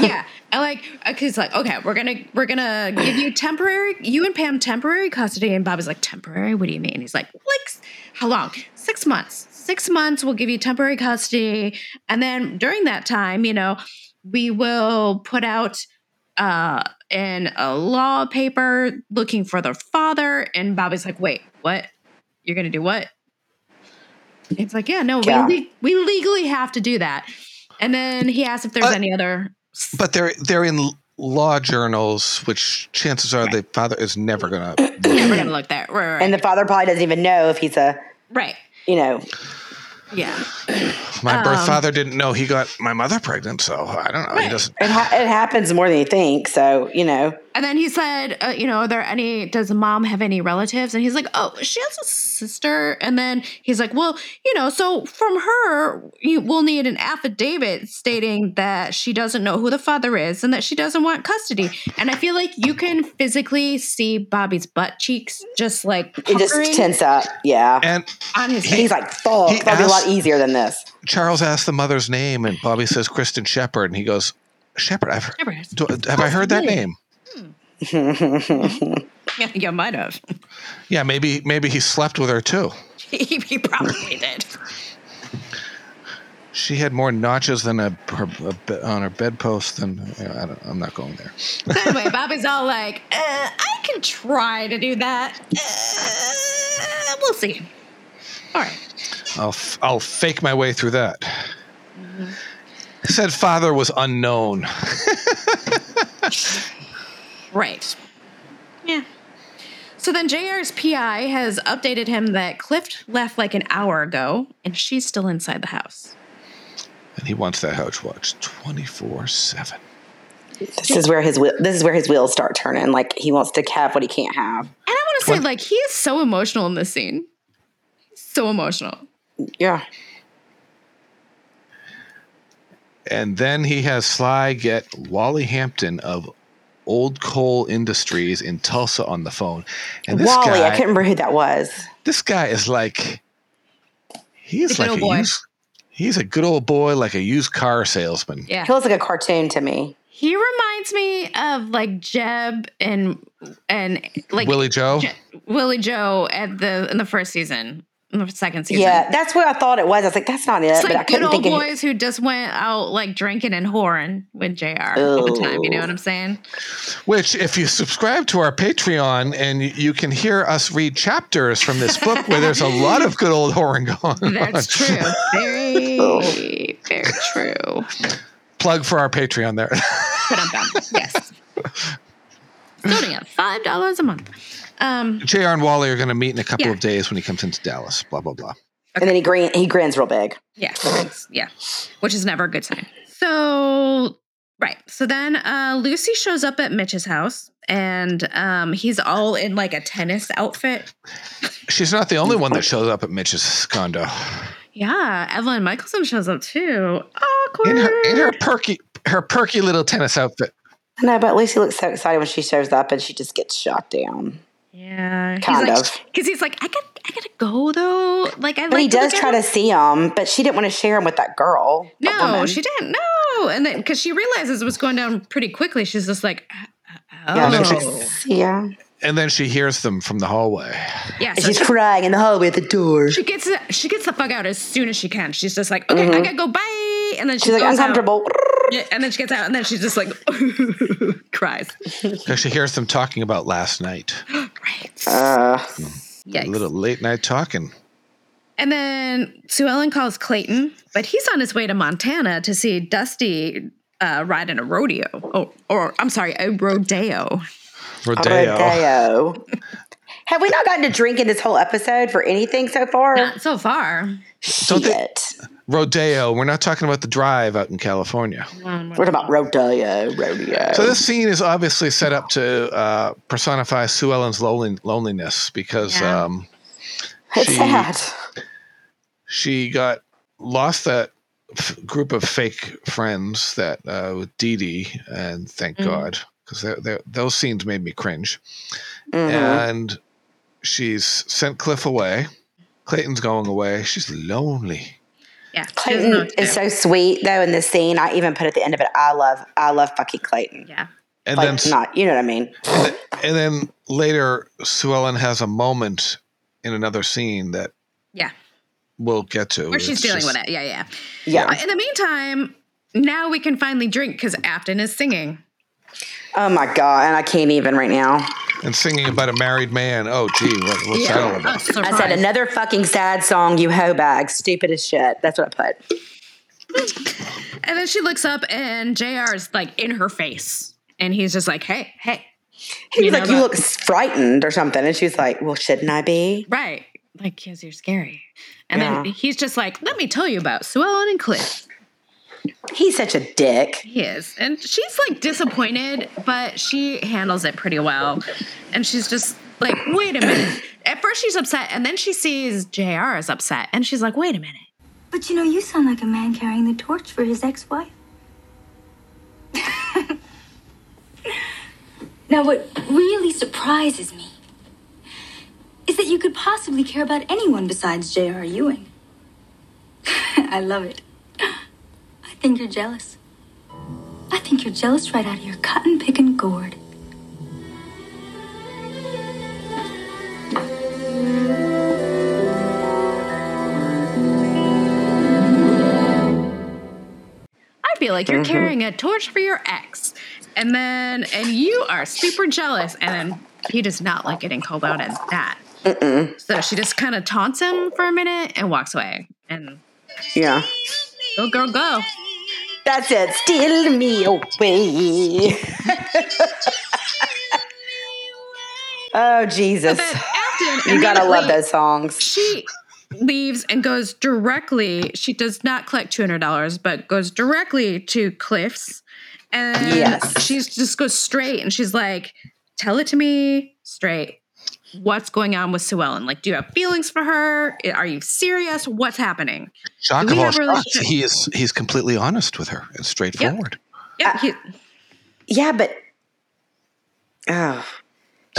Yeah, I like because like okay, we're gonna we're gonna give you temporary you and Pam temporary custody, and Bobby's like temporary. What do you mean? He's like like s- how long? Six months. Six months. We'll give you temporary custody, and then during that time, you know, we will put out uh in a law paper looking for their father. And Bobby's like, wait, what? You're gonna do what? It's like, yeah, no, Yeah. we le- we legally have to do that. And then he asks if there's Uh, any other But they're they're in law journals, which chances are the father is never going to. never gonna look there. Right, right, And the father probably doesn't even know if he's a, right. you know, Yeah, My Um, birth father didn't know he got my mother pregnant, so I don't know. He doesn't. it, ha- it happens more than you think. So, you know, and then he said, uh, you know, are there any? Does the mom have any relatives? And he's like, oh, she has a sister. And then he's like, well, you know, so from her, you will need an affidavit stating that she doesn't know who the father is and that she doesn't want custody. And I feel like you can physically see Bobby's butt cheeks just like it just puckering tense up. Yeah. And on his He's like, fuck, He that'd be a lot asked- easier than this. Charles asked the mother's name, and Bobby says Kristen Shepherd, and he goes, Shepherd, I've, Shepherd. do, have I heard that Really? name? Yeah, you might have. Yeah, maybe maybe he slept with her too. he, he probably did. She had more notches than a, her, a be- on her bedpost than you know, I don't, I'm not going there. So anyway, Bobby's all like, uh, I can try to do that. Uh, we'll see. All right. I'll f- I'll fake my way through that. Mm-hmm. Said father was unknown. Right. Yeah. So then JR's PI has updated him that Clift left like an hour ago and she's still inside the house. And he wants that house watched 24 7. This is where his wheel, this is where his wheels start turning. Like he wants to have what he can't have. And I want to say, like, he is so emotional in this scene. He's so emotional. Yeah. And then he has Sly get Wally Hampton of Old Coal Industries in Tulsa on the phone. And this Wally, I guy, couldn't remember who that was. this guy is like, he's good like old a boy. used, he's a good old boy, like a used car salesman. Yeah. He looks like a cartoon to me. He reminds me of like Jeb and and like Willie Joe. Je- Willie Joe at the in the first season, in the second season. Yeah, that's what I thought it was. I was like, that's not it. It's but I like good couldn't old think of boys who just went out like drinking and whoring with JR all the time. You know what I'm saying? Which, if you subscribe to our Patreon, and you- you can hear us read chapters from this book, where there's a lot of good old whoring going on. That's true. Oh. Very, very true. Plug for our Patreon there. But I'm done. Yes. Starting at five dollars a month. Um, Jr. and Wally are going to meet in a couple Yeah. of days when he comes into Dallas. Blah blah blah. And then he grin, he grins real big. yeah, it's- yeah, which is never a good sign. So right. So then uh, Lucy shows up at Mitch's house, and um, he's all in like a tennis outfit. She's not the only one that shows up at Mitch's condo. Yeah, Evelyn Michelson shows up too. Awkward. In her, in her perky, her perky little tennis outfit. I know, but Lucy looks so excited when she shows up and she just gets shot down. yeah, Kind he's of. Because he's like, I got, I gotta go though. Like, I. But like he does look try at to her- see him, but she didn't want to share him with that girl. that No, woman. she didn't. No, and then because she realizes what's going down pretty quickly, she's just like, oh, Yeah, and, she- then oh. yeah. and then she hears them from the hallway. yeah. And So she's she, crying in the hallway at the door. she gets, she gets the fuck out as soon as she can. She's just like, okay, I gotta go. Bye. And then she Mm-hmm. She's like goes out. uncomfortable. Yeah, and then she gets out, and then she's just like, cries. 'Cause she hears them talking about last night. Right. Uh, A Yikes. little late night talking. And then Sue Ellen calls Clayton, but he's on his way to Montana to see Dusty uh, ride in a rodeo. Oh, or I'm sorry, a rodeo. Rodeo. Rodeo. Have we not gotten to drink in this whole episode for anything so far? Not so far. Shit. Don't they- Rodeo. We're not talking about the drive out in California. What about rodeo? Rodeo. So this scene is obviously set up to uh, personify Sue Ellen's lonely, loneliness because Yeah. um, it's she- sad. she got lost that f- group of fake friends that uh, with Dee Dee, and thank Mm-hmm. God because those scenes made me cringe. Mm-hmm. And she's sent Cliff away. Clayton's going away. She's lonely. Yeah. she doesn't know Clayton what to is do. so sweet though in this scene. I even put at the end of it, I love, I love fucking Clayton. yeah. And like then s- not, you know what I mean? and then later Sue Ellen has a moment in another scene that Yeah. we'll get to. Where she's It's dealing just- with it. Yeah, yeah. Yeah. In the meantime, now we can finally drink because Afton is singing. Oh my god, and I can't even right now. and singing about a married man. Oh gee, what, what's that all Oh, about? I said surprise. another fucking sad song, you hoe bag, stupid as shit. That's what I put. And then she looks up and JR is like in her face. And he's just like, hey, hey. He You was like, know "You that- look frightened or something," and she was like, "Well, shouldn't I be?" Right. Like, because you're scary. And then Yeah. he's just like, let me tell you about Sue Ellen and Cliff. He's such a dick. He is. And she's like disappointed, but she handles it pretty well. And she's just like, wait a minute. At first, she's upset. And then she sees JR is upset. And she's like, wait a minute. But you know, you sound like a man carrying the torch for his ex-wife. now, what really surprises me is that you could possibly care about anyone besides J.R. Ewing. I love it. I think you're jealous. I think you're jealous right out of your cotton picking gourd. I feel like Mm-hmm. you're carrying a torch for your ex. And then, and you are super jealous. And then he does not like getting called out as that. So she just kind of taunts him for a minute and walks away. And Yeah, go, girl, go. that's it. Steal me away. oh Jesus! But Afton, You gotta love immediately- those songs. She leaves and goes directly. She does not collect two hundred dollars, but goes directly to Cliff's. And Yes. she just goes straight, and she's like, "Tell it to me straight. What's going on with Sue Ellen? Like, do you have feelings for her? Are you serious? What's happening?" Shock Do of we all have a shocks, relationship? he is he's completely honest with her and straightforward. Uh, Yeah, he- Yeah, but oh.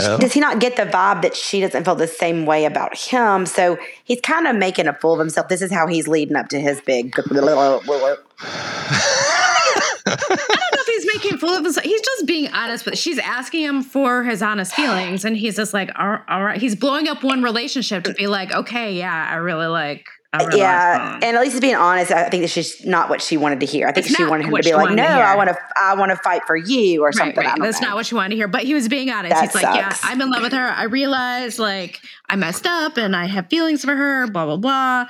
Oh. Does he not get the vibe that she doesn't feel the same way about him? So he's kind of making a fool of himself. This is how he's leading up to his big. I don't know if he's making full of himself. He's just being honest, but she's asking him for his honest feelings, and he's just like, "All all right." He's blowing up one relationship to be like, "Okay, yeah, I really like." I really like Yeah, Ellen." and at least being honest, I think that she's not what she wanted to hear. I think It's she not wanted him what to be she like, wanted "No, to hear." I want to, I want to fight for you" or something. I Right, right. don't That's know. not what she wanted to hear. But he was being honest. That He's like, yeah, sucks. I'm in love with her. I realize like I messed up and I have feelings for her, blah, blah, blah.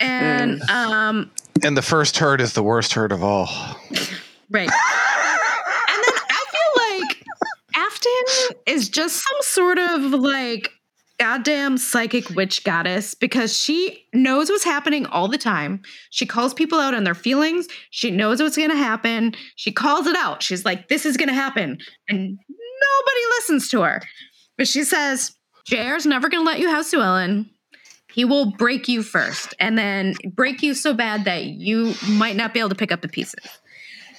And Mm. um, And the first hurt is the worst hurt of all. right. and then I feel like Afton is just some sort of like goddamn psychic witch goddess because she knows what's happening all the time. She calls people out on their feelings. She knows what's going to happen. She calls it out. She's like, this is going to happen. And nobody listens to her. But she says, JR's never going to let you have Sue Ellen. He will break you first and then break you so bad that you might not be able to pick up the pieces.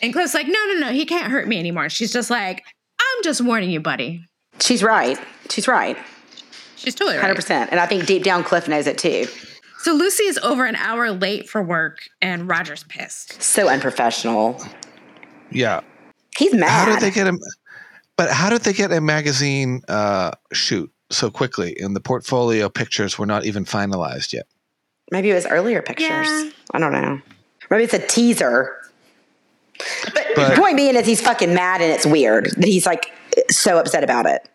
And Cliff's like, no, no, no, he can't hurt me anymore. She's just like, I'm just warning you, buddy. She's right. She's right, She's totally hundred right. percent. And I think deep down, Cliff knows it too. So Lucy is over an hour late for work and Roger's pissed. So unprofessional. Yeah. He's How mad. did they get him? But how did they get a magazine uh, shoot so quickly? And the portfolio pictures were not even finalized yet. Maybe it was earlier pictures. Yeah. I don't know. Maybe it's a teaser. But, But- point being is he's fucking mad and it's weird that he's like so upset about it.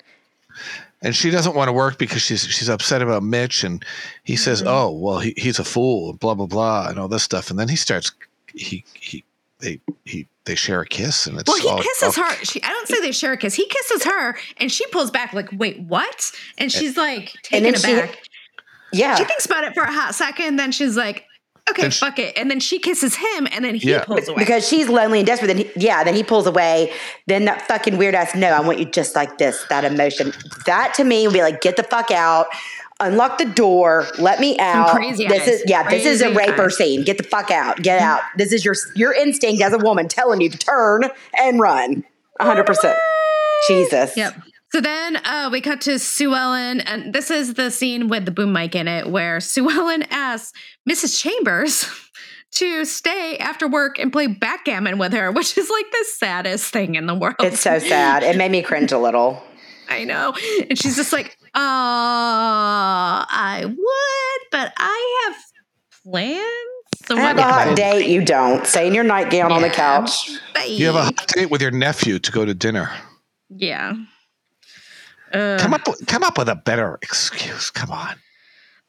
and she doesn't want to work because she's she's upset about Mitch, and he says, "Oh, well, he, he's a fool," blah blah blah, and all this stuff, and then he starts he he they he they share a kiss, and it's Well, he Oh, all- kisses all- her. She, I don't say they share a kiss. He kisses her and she pulls back, like, wait, what? And she's like Eh. And taken then she- aback. Yeah. She thinks about it for a hot second, then she's like, okay, Then she- fuck it. And then she kisses him and then he Yeah. pulls away. because she's lonely and desperate. Then he, yeah, then he pulls away. Then that fucking weird ass, no, I want you just like this. That emotion, that to me would be like, get the fuck out, unlock the door, let me out. crazy this eyes. is yeah, this is Crazy a Mm-hmm. raper eyes. scene. Get the fuck out, get out. This is your your instinct as a woman telling you to turn and run. hundred percent. Jesus. Yep. So then uh, we cut to Sue Ellen, and this is the scene with the boom mic in it where Sue Ellen asks Mrs. Chambers to stay after work and play backgammon with her, which is like the saddest thing in the world. It's so sad. It made me cringe a little. I know. And she's just like, oh, I would, but I have plans. So Have a hot date. You don't. Stay in your nightgown on the couch. You have a hot date with your nephew to go to dinner. Yeah. Uh, Come up, come up with a better excuse. Come on.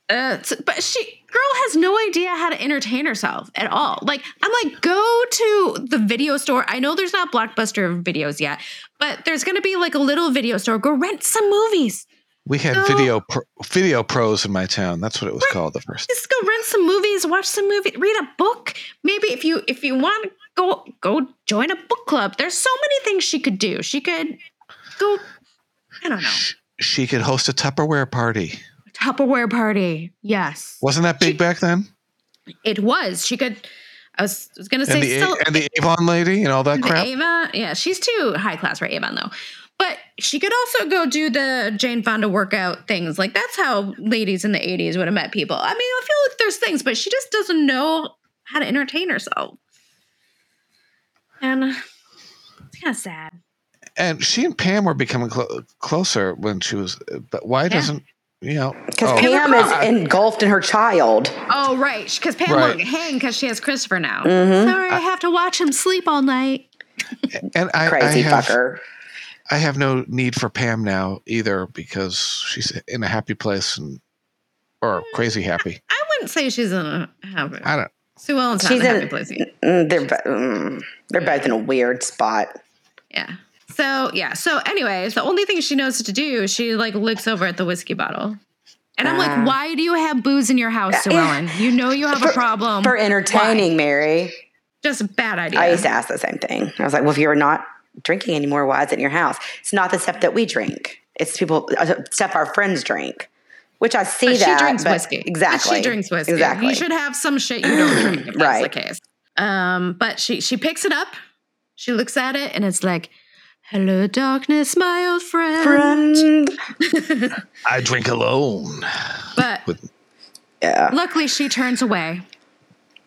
uh, t- but she girl has no idea how to entertain herself at all. Like I'm like, go to the video store. I know there's not blockbuster videos yet, but there's gonna be like a little video store. Go rent some movies. We had No. video pro, video pros in my town. That's what it was called the first. Just go rent some movies, watch some movie, read a book. Maybe if you if you want to go go join a book club. There's so many things she could do. She could go. I don't know. Sh- She could host a Tupperware party. Tupperware party. Yes, Wasn't that big back then? it was. She could. I was, was gonna say And the, still, A- and the Avon lady and all that The crap. Avon, yeah, she's too high class for Avon though. But she could also go do the Jane Fonda workout things. Like that's how ladies in the 80s would have met people. I mean, I feel like there's things, but she just doesn't know how to entertain herself. And it's kind of sad. and she and Pam were becoming clo- closer when she was. uh, But why doesn't you know? Because oh, Pam is engulfed in her child. Oh, right. Because Pam Right. won't hang because she has Christopher now. Sorry, I have to watch him sleep all night. and I, I Crazy have, fucker. I have no need for Pam now either because she's in a happy place and or crazy happy. I wouldn't say she's in a happy I don't. Sue Ellen's not She's in a in- happy place. either. Mm, they're bo- mm, they're both in a weird spot. Yeah. So yeah. So anyways, the only thing she knows to do, she like looks over at the whiskey bottle. And I'm like, why do you have booze in your house, Sue Ellen? You know you have a problem. Ah. for entertaining, Mary. Just a bad idea. I used to ask the same thing. I was like, well, if you're not drinking anymore, why is it in your house? It's not the stuff that we drink. It's people uh, stuff our friends drink, which I see But that. she drinks but- whiskey. Exactly. But she drinks whiskey. Exactly. You should have some shit you don't drink if that's the Right. case. Um, but she she picks it up, she looks at it, and it's like, Hello, darkness, my old friend. Friend. I drink alone. But Yeah. luckily she turns away.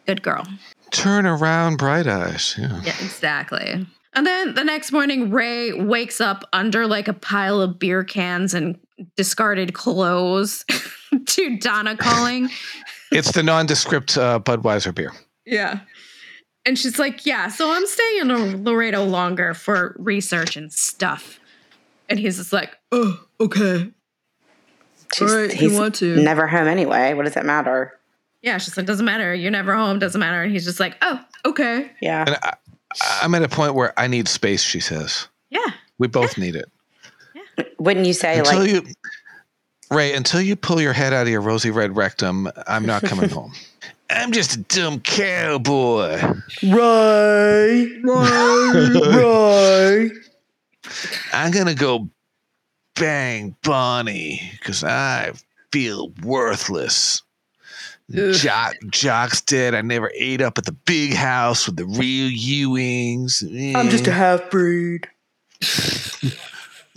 Good girl. Turn around, bright eyes. Yeah. Yeah, exactly. And then the next morning, Ray wakes up under like a pile of beer cans and discarded clothes to Donna calling. It's the nondescript uh, Budweiser beer. yeah. And she's like, Yeah, so I'm staying in Laredo longer for research and stuff. And he's just like, Uh, Oh, okay. She's, All right, you he's want to. never home anyway. What does it matter? Yeah, she's like, Doesn't matter. You're never home. Doesn't matter. And he's just like, Oh, okay. Yeah. And I, I'm at a point where I need space. She says Yeah. we both need it Wouldn't you say until like you. Ray, until you pull your head out of your rosy red rectum, I'm not coming home. I'm just a dumb cowboy. Ray, Ray, Ray? I'm gonna go bang Bonnie because I feel worthless. Jock, Jock's dead. I never ate up at the big house with the real Ewings. Eh, I'm just a half breed.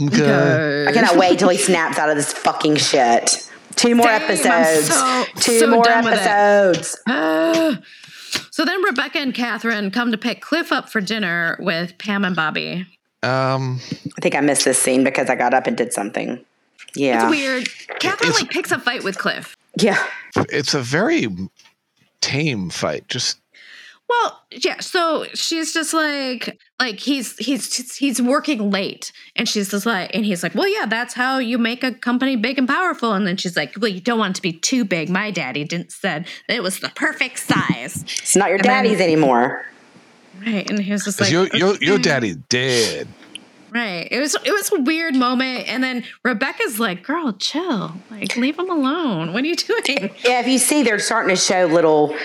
okay. I cannot wait till he snaps out of this fucking shit. Two more Damn, I'm episodes. so- Two so more done with it. episodes. Ah. so then Rebecca and Catherine come to pick Cliff up for dinner with Pam and Bobby. Um, I think I missed this scene because I got up and did something. Yeah. It's weird. Catherine It's- like picks a fight with Cliff. Yeah. it's a very tame fight. Just Well, yeah. So she's just like, like he's he's he's working late, and she's just like, and he's like, well, yeah, that's how you make a company big and powerful. And then she's like, well, you don't want it to be too big. My daddy didn't said that it was the perfect size, It's not your And then- daddy's anymore. right? And he was just 'cause like, your your mm. your daddy dead. right. It was it was a weird moment. And then Rebecca's like, girl, chill, like leave him alone. What are you doing? Yeah, if you see, they're starting to show little,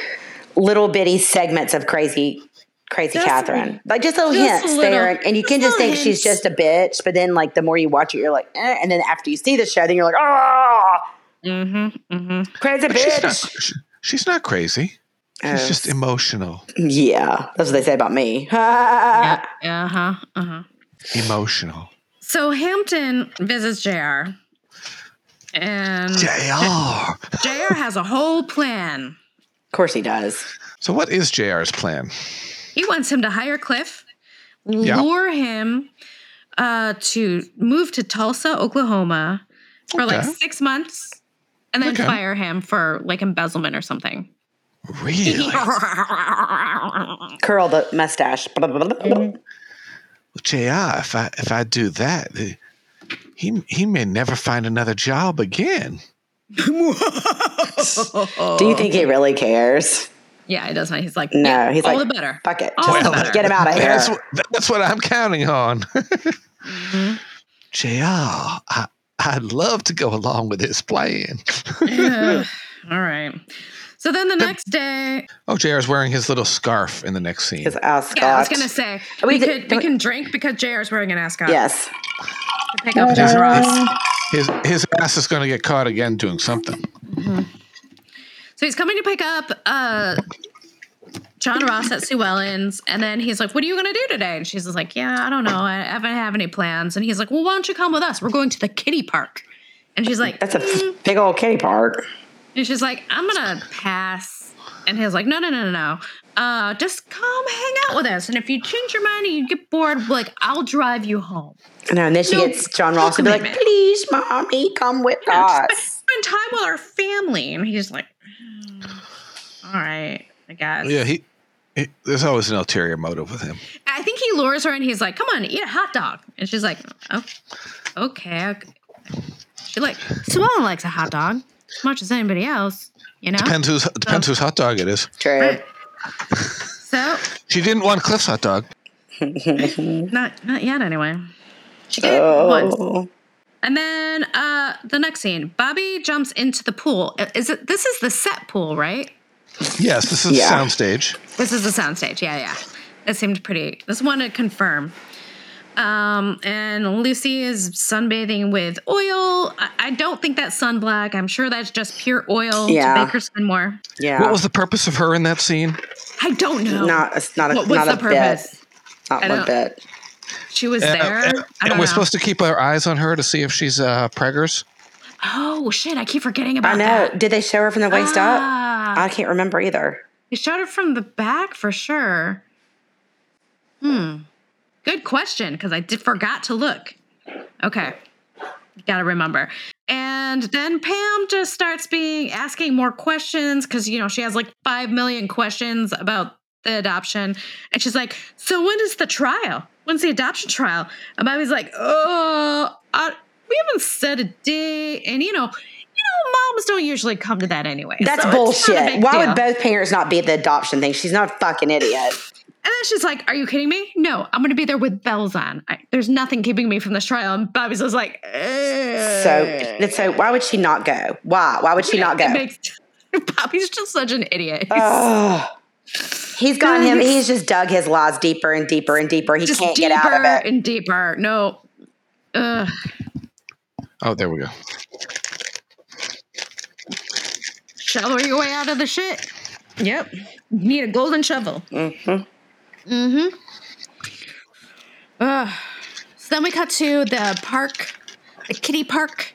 little bitty segments of crazy, crazy Just- Catherine. Like just little just hints little- there, and you can just just little think she's hints. just a bitch. But then, like the more you watch it, you're like, eh. and then after you see the show, then you're like, oh, Mm-hmm. Mm-hmm. crazy But she's not. bitch. she- she's not crazy. She's Oh. just emotional. Yeah, that's what they say about me. Uh huh. Uh huh. Emotional. uh-huh, So Hampton visits JR. And JR. JR has a whole plan. Of course he does. So, what is JR's plan? He wants him to hire Cliff, Yeah. lure him uh, to move to Tulsa, Oklahoma for like Okay. six months and then Okay. fire him for like embezzlement or something. Really? Curl the mustache. Blah, blah, blah, blah, blah. JR, if I if I do that, the- he he may never find another job again. Do you think he really cares? Yeah, he doesn't. He's like, No, yeah, he's all like, the better. Fuck it. All Just the better. get him out of here. That's, wh- that's what I'm counting on. Mm-hmm. JR, I, I'd love to go along with his plan. Ugh. all right. So then the next day, Oh, JR's wearing his little scarf in the next scene. His ass yeah, I was got- gonna say Are we, we- could we can drink because JR's wearing an ascot. Yes. to pick up his Ross. His, his ass is going to get caught again doing something. So he's coming to pick up uh, John Ross at Sue Ellen's, and then he's like, "What are you gonna do today?" And she's just like, "Yeah, I don't know. I haven't have any plans." And he's like, "Well, why don't you come with us? We're going to the kitty park." And she's like, That's a Mm. f- big old kitty park. And she's like, I'm gonna pass. And he's like, No, no, no, no, no. Uh, just come hang out with us. And if you change your mind and you get bored, like, I'll drive you home. No, and then she No- gets John no Ross to be like, commitment. please, mommy, come with Yeah, just us. Spend time with our family. And he's like, "Mm, All right, I guess. Yeah, he, he there's always an ulterior motive with him. I think he lures her and he's like, Come on, eat a hot dog. And she's like, oh, Okay. okay." She like, Sue Ellen likes a hot dog as much as anybody else, you Oh. know? Depends who's depends whose hot dog it is. True. So, She didn't want Cliff's hot dog. not, not yet, anyway. She did once. Oh. And then uh the next scene, Bobby jumps into the pool. Is it this is the set pool, right? Yes, this is Yeah. the soundstage. This is the soundstage. Yeah, yeah. That seemed pretty. This one to confirm. Um, and Lucy is sunbathing with oil. I, I don't think that's sunblock. I'm sure that's just pure oil Yeah. to Baker Spinmore. Yeah. What was the purpose of her in that scene? I don't know. not, it's not a, what was not the a purpose? bit. Not I one don't- bit. She was And- there. and- I and don't we're know. supposed to keep our eyes on her to see if she's uh, preggers. oh shit! I keep forgetting about I know. that. Did they show her from the waist up? Ah. I can't remember either. He shot it from the back for sure. Hmm. Good question, because I did forgot to look. Okay. Gotta remember. And then Pam just starts being asking more questions because you know she has like five million questions about the adoption. And she's like, So when is the trial? When's the adoption trial? And Bobby's like, Oh, I, we haven't set a date. And you know, you know, moms don't usually come to that anyway. That's so it's not a bullshit. big Why deal. would both parents not be at the adoption thing? She's not a fucking idiot. And then she's like, Are you kidding me? No, I'm going to be there with bells on. I, there's nothing keeping me from this trial. And Bobby's just like, So, and so why would she not go? Why? Why would she not go? It makes, Bobby's just such an idiot. He's Ugh. he's got him. He's just dug his lies deeper and deeper and deeper. He just can't deeper get out of it. and deeper. No. Ugh. Oh, there we go. shovel your way out of the shit. Yep. Need a golden shovel. Mm-hmm. Mm-hmm. Ugh. So then we cut to the park, the kitty park,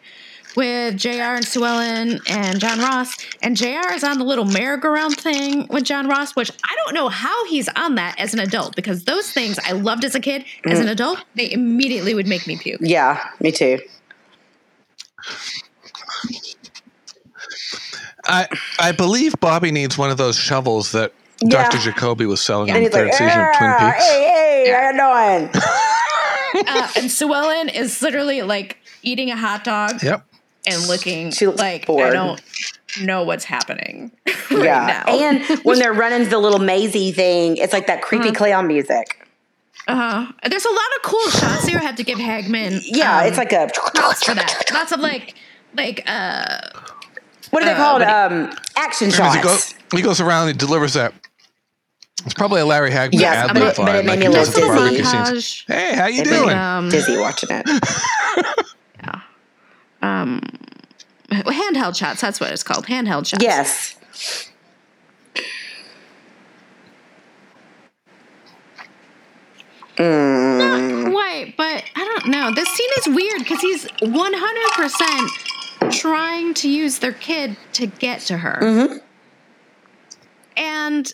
with JR and Sue Ellen and John Ross. And JR is on the little merry-go-round thing with John Ross, which I don't know how he's on that as an adult, because those things I loved as a kid. As an adult, they immediately would make me puke. Yeah, me too. I I believe Bobby needs one of those shovels that Yeah. Dr. Jacoby was selling And in the he's third like, season of Twin "Ah, Peaks. hey, hey, how you doing? Uh, and Sue Ellen is literally like eating a hot dog. Yep. and looking She looks like I bored. don't know what's happening right yeah. now. And when they're running the little mazy thing, it's like that Mm. creepy crayon music. uh, there's a lot of cool shots here. I have to give Hagman. Yeah, um, it's like a for that. Lots of like, like uh, what are they uh, called? what Um, action Because he, shots. go- he goes around and delivers that. It's probably a Larry Hagman Yes, ad but lib it- but it line, made like me he a does little at the dizzy. barbecue scenes. montage. Hey, how you It made me doing? Um, Dizzy watching it. handheld shots. That's what it's called. Handheld shots. Yes. Not quite, but I don't No, this scene is weird because he's 100% trying to use their kid to get to her. And,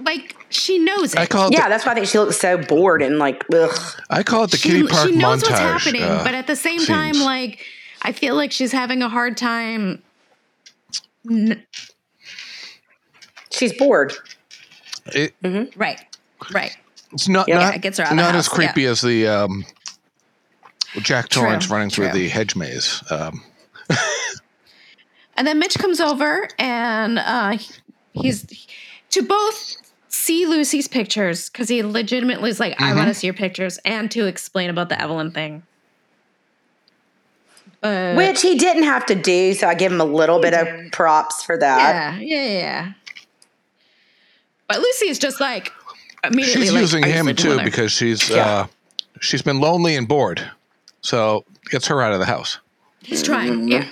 like, she knows it. I call it Yeah, that's why I think she looks so bored and like, ugh. the, I call it the she, Kitty Park she knows montage. what's happening, uh, but at the same scenes. time, like, I feel like she's having a hard time. N- She's bored. It- right, right. it's not Yeah, not, Mm-hmm. it gets her out of the not as house, yeah. creepy as the um, Jack True, Torrance running through true. the hedge maze. Um, And then Mitch comes over and uh, he- he's to both see Lucy's pictures because he legitimately is like, I Mm-hmm. want to see your pictures and to explain about the Evelyn thing. Uh, But Which he didn't have to do, so I give him a little bit of props for yeah, that. yeah, yeah, yeah. But Lucy is just like immediately she's like, using "Are you him sleeping too with her?" because she's Yeah. uh, she's been lonely and bored, so gets her out of the house. he's trying. Yeah,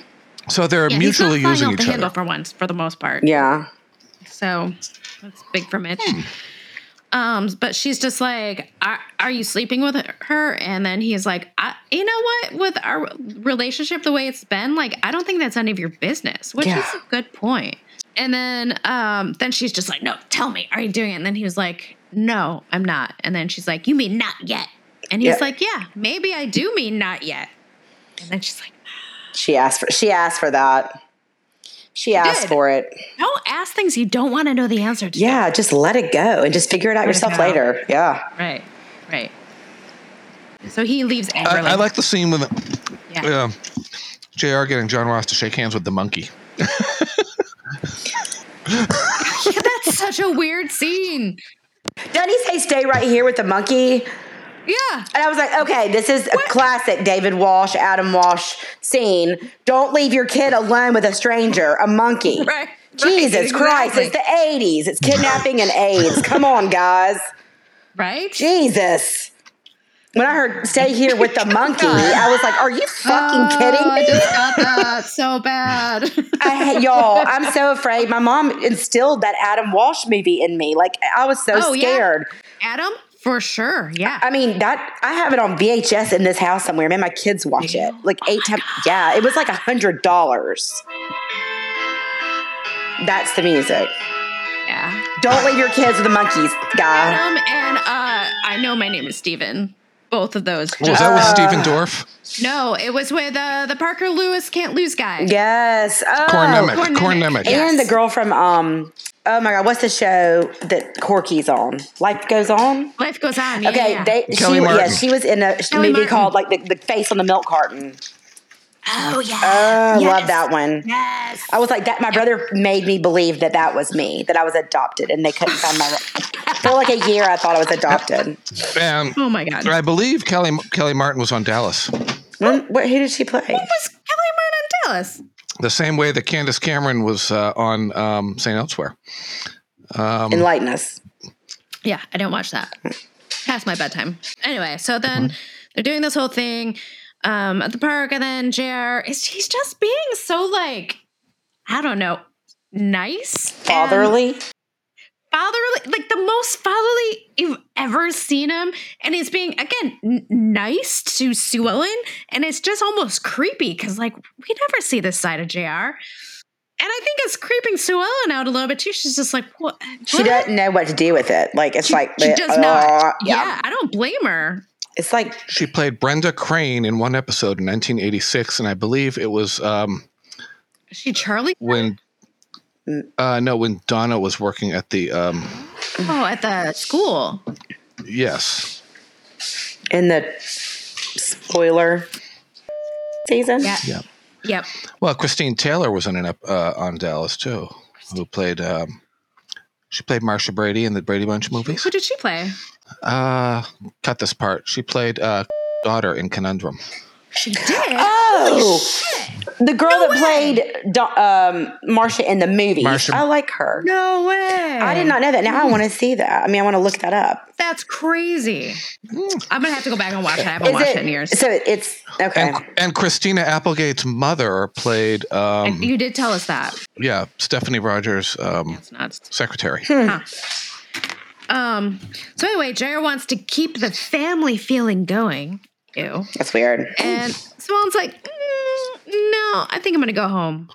So they're yeah he's not mutually flying using off the each handle other. for once, for the most part. Yeah. So that's big for Mitch. Hmm. Um, but she's just like, are, are you sleeping with her? And then he's like, I, you know what? With our relationship, the way it's been, like, I don't think that's any of your business, which Yeah. is a good point. And then, um, then she's just like, no, tell me, are you doing it? And then he was like, no, I'm not. And then she's like, you mean not yet? And he's Yeah. like, yeah, maybe I do mean not yet. And then she's like, She asked for she asked for that. She asked did. for it. don't ask things you don't want to know the answer to. Yeah, just let it go and just figure it out Let it yourself go. later. Yeah. Right, right. So he leaves I, angrily. I like the scene with Yeah. um, Jr. getting John Ross to shake hands with the monkey. That's such a weird scene. Doesn't he say stay right here with the monkey? Yeah. And I was like, okay, this is a classic David Walsh, Adam Walsh scene. Don't leave your kid alone with a stranger, a monkey. Right, right, Jesus Christ, exactly. it's the 80s. It's kidnapping and AIDS. Come on, guys. Right? Jesus. When I heard stay here with the monkey, I was like, are you fucking kidding I me? just got that so bad. I, ha- y'all, I'm so afraid. My mom instilled that Adam Walsh movie in me. Like, I was so Oh, yeah. scared. Adam, for sure. Yeah. I mean that I have it on VHS in this house somewhere. Man, my kids watch it like eight times. Yeah, it was like a hundred dollars. That's the music. yeah. Don't leave your kids with the monkeys, guy. Adam and uh I know my name is Steven. Both of those. Was that with Stephen Dorff? no, it was with uh the Parker Lewis can't lose guy. Yes. Oh, Corn Nemec. Corn Corn Nemec. Nemec. Yeah. and the girl from um. Oh my God, what's the show that Corky's on? Life goes on. Life goes on. Yeah, Okay, yeah. they, Kelly she, yeah, Martin. she was in a Kelly movie Martin. called like the, the face on the milk carton. oh yeah. Oh, Yes. love that one. Yes. I was like that. My brother made me believe that that was me, that I was adopted, and they couldn't find my. For like a year, I thought I was adopted. Um, Oh my god. I believe Kelly Kelly Martin was on Dallas. When, what, who did she play? was Kelly Martin and Dallas? The same way that Candace Cameron was uh, on um, St. Elsewhere. Um, Enlighten us. Um, Yeah, I didn't watch that. Past my bedtime. Anyway, so then they're doing this whole thing um, at the park, and then JR is he's just being so like, I don't know, nice, and Fatherly. fatherly, like the most fatherly you've ever seen him, and he's being again n- nice to Sue Ellen, and it's just almost creepy because like we never see this side of JR. And I think it's creeping Sue Ellen out a little bit too. She's just like, what? She what? doesn't know what to do with it. Like it's She, like she uh, does not. yeah. yeah, I don't blame her. It's like She played Brenda Crane in one episode in 1986, and I believe it was um, Is she Charlie? when uh, no, when Donna was working at the um, Oh, at the school. yes, in the spoiler season. Yeah. yeah. Yep. Well, Christine Taylor was in an ep- uh, on Dallas too, who played um, she played Marsha Brady in the Brady Bunch movies. Who did she play? Uh, cut this part. She played uh, daughter in Conundrum. She did. Oh, the girl that played Do- um, Marsha in the movie. Marsha- I like her. no way. I did not know that. Now I want to see that. I mean, I want to look that up. That's crazy. I'm gonna have to go back and watch it. I haven't Mm. Is watched it, it- in years. So it's okay. And, and Christina Applegate's mother played, um, you did tell us that. yeah, Stephanie Rogers' um, It's not. secretary. Um. So anyway, Jair wants to keep the family feeling going, Ew. That's weird. And Swan's like, "Mm, no, I think I'm gonna go home.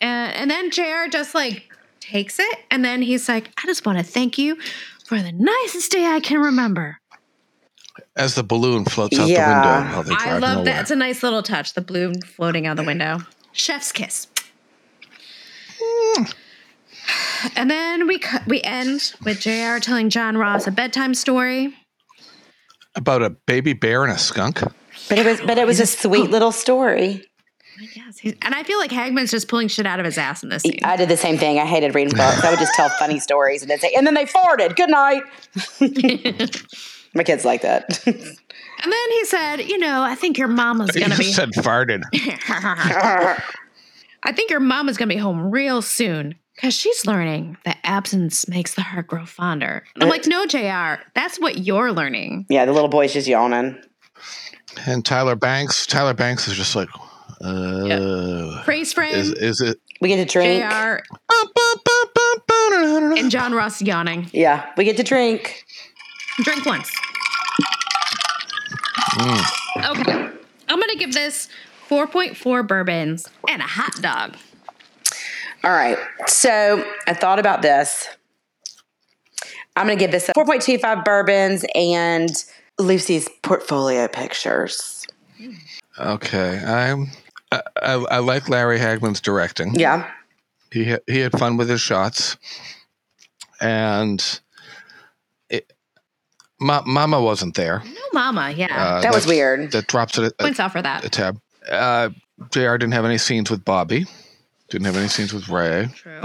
And and then Jr. just like takes it, and then he's like, I just want to thank you for the nicest day I can remember. As the balloon floats out Yeah. the window while they I drive love him that. away. It's a nice little touch. The balloon floating out the window. Chef's kiss. Mm. And then we cu- we end with Jr. telling John Ross a bedtime story. About a baby bear and a skunk. But it was but it was a sweet little story. Yes, he's, and I feel like Hagman's just pulling shit out of his ass in this scene. I did the same thing. I hated reading books. I would just tell funny stories and then say, and then they farted. Good night. My kids like that. And then he said, "You know, I think your mama's You gonna just be. said farted. I think your mama's gonna be home real soon because she's learning that absence makes the heart grow fonder." And I'm like, "No, Jr. That's what you're learning." yeah, the little boy's just yawning. And Tyler Banks, Tyler Banks is just like, uh, Praise frame, is, is it? We get to drink. Jr. and John Ross yawning. Yeah, we get to drink. Drink once. Hmm. Okay, I'm gonna give this 4.4 bourbons and a hot dog. All right. So I thought about this. I'm going to give this a 4.25 bourbons and Lucy's portfolio pictures. Okay, I'm. I, I, I like Larry Hagman's directing. Yeah. he had, he had fun with his shots, and it, Ma, Mama wasn't there. No, Mama. Yeah, Uh, That was that's- weird. That drops it uh, a, points off for that. a tab. Uh, Jr. didn't have any scenes with Bobby. Didn't have any scenes with Ray. True.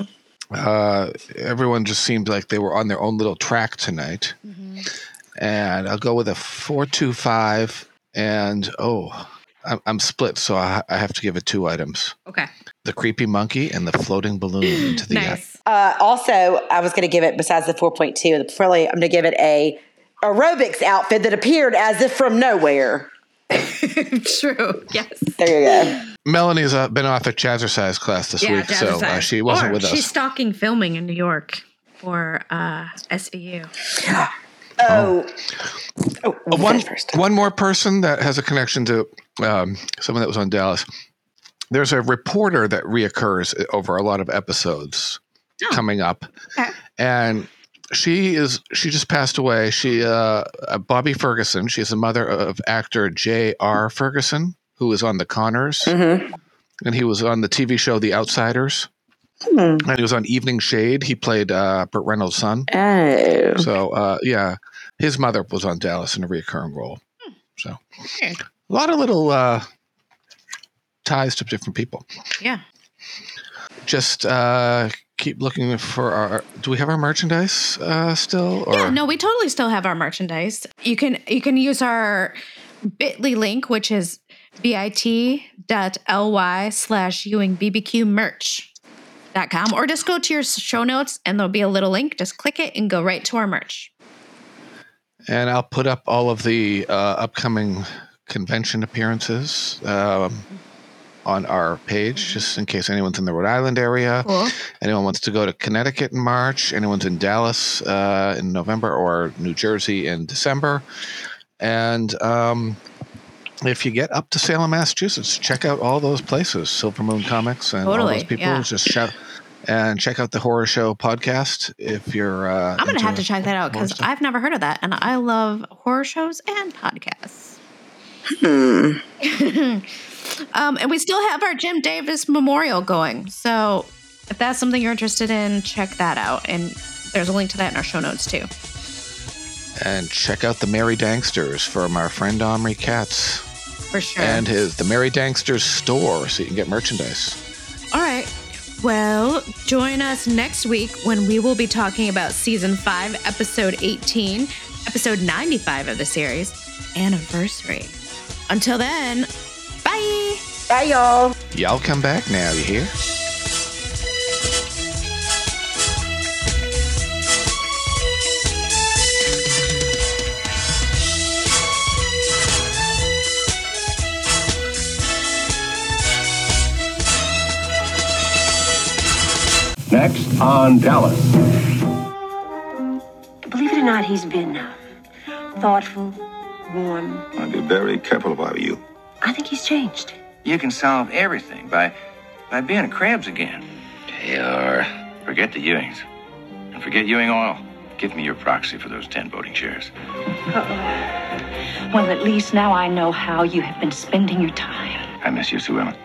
Uh, everyone just seemed like they were on their own little track tonight. Mm-hmm. And I'll go with a four-two-five. And oh, I'm, I'm split, so I, I have to give it two items: Okay. the creepy monkey and the floating balloon into the air. Nice. Uh, also, I was going to give it, besides the 4.2, the portfolio, I'm going to give it a aerobics outfit that appeared as if from nowhere. True. Yes. There you go. Melanie's uh, been off at Jazzercise class this Yeah, week, so uh, jazzercise. she wasn't Or with She's us. stalking filming in New York for uh, SVU. Oh. Oh, Uh, one one, first. one more person that has a connection to um, someone that was on Dallas. There's a reporter that reoccurs over a lot of episodes coming up, Okay. and she is she just passed away. She uh, uh, Bobby Ferguson. She's the mother of actor J. R. Ferguson, who was on The Conners, and he was on the TV show The Outsiders, and he was on Evening Shade. He played uh, Burt Reynolds' son. Oh. So uh, yeah, his mother was on Dallas in a recurring role. So a lot of little uh, ties to different people. Yeah. Just uh, keep looking for our. Do we have our merchandise uh, still? Or Yeah, no, we totally still have our merchandise. You can you can use our bit.ly link, which is bit.ly slash Ewing BBQ merch. Dot com, or just go to your show notes and there'll be a little link. Just click it and go right to our merch. and I'll put up all of the uh, upcoming convention appearances um, on our page, just in case anyone's in the Rhode Island area. Cool. Anyone wants to go to Connecticut in March, anyone's in Dallas uh, in November, or New Jersey in December. And um, if you get up to Salem, Massachusetts, check out all those places Silver Moon Comics and all Totally, those people. yeah. Just shout and check out the Horror Show podcast if you're. Uh, I'm gonna have into to check that out horror because stuff. I've never heard of that, and I love horror shows and podcasts. um, and we still have our Jim Davis Memorial going, so if that's something you're interested in, check that out. And there's a link to that in our show notes too. And check out the Merry Danksters from our friend Omri Katz For sure. and his the Merry Danksters store, so you can get merchandise. All right. Well, join us next week when we will be talking about season five, episode 18, episode 95 of the series, Anniversary. Until then, bye. Bye, y'all. Y'all come back now, you hear? Next on Dallas. Believe it or not, he's been uh, thoughtful, warm. I'd be very careful about you. I think he's changed. You can solve everything by by being a Krabs again. Taylor, forget the Ewings. And forget Ewing Oil. Give me your proxy for those 10 voting shares. Well, at least now I know how you have been spending your time. I miss you, Sue Ellen.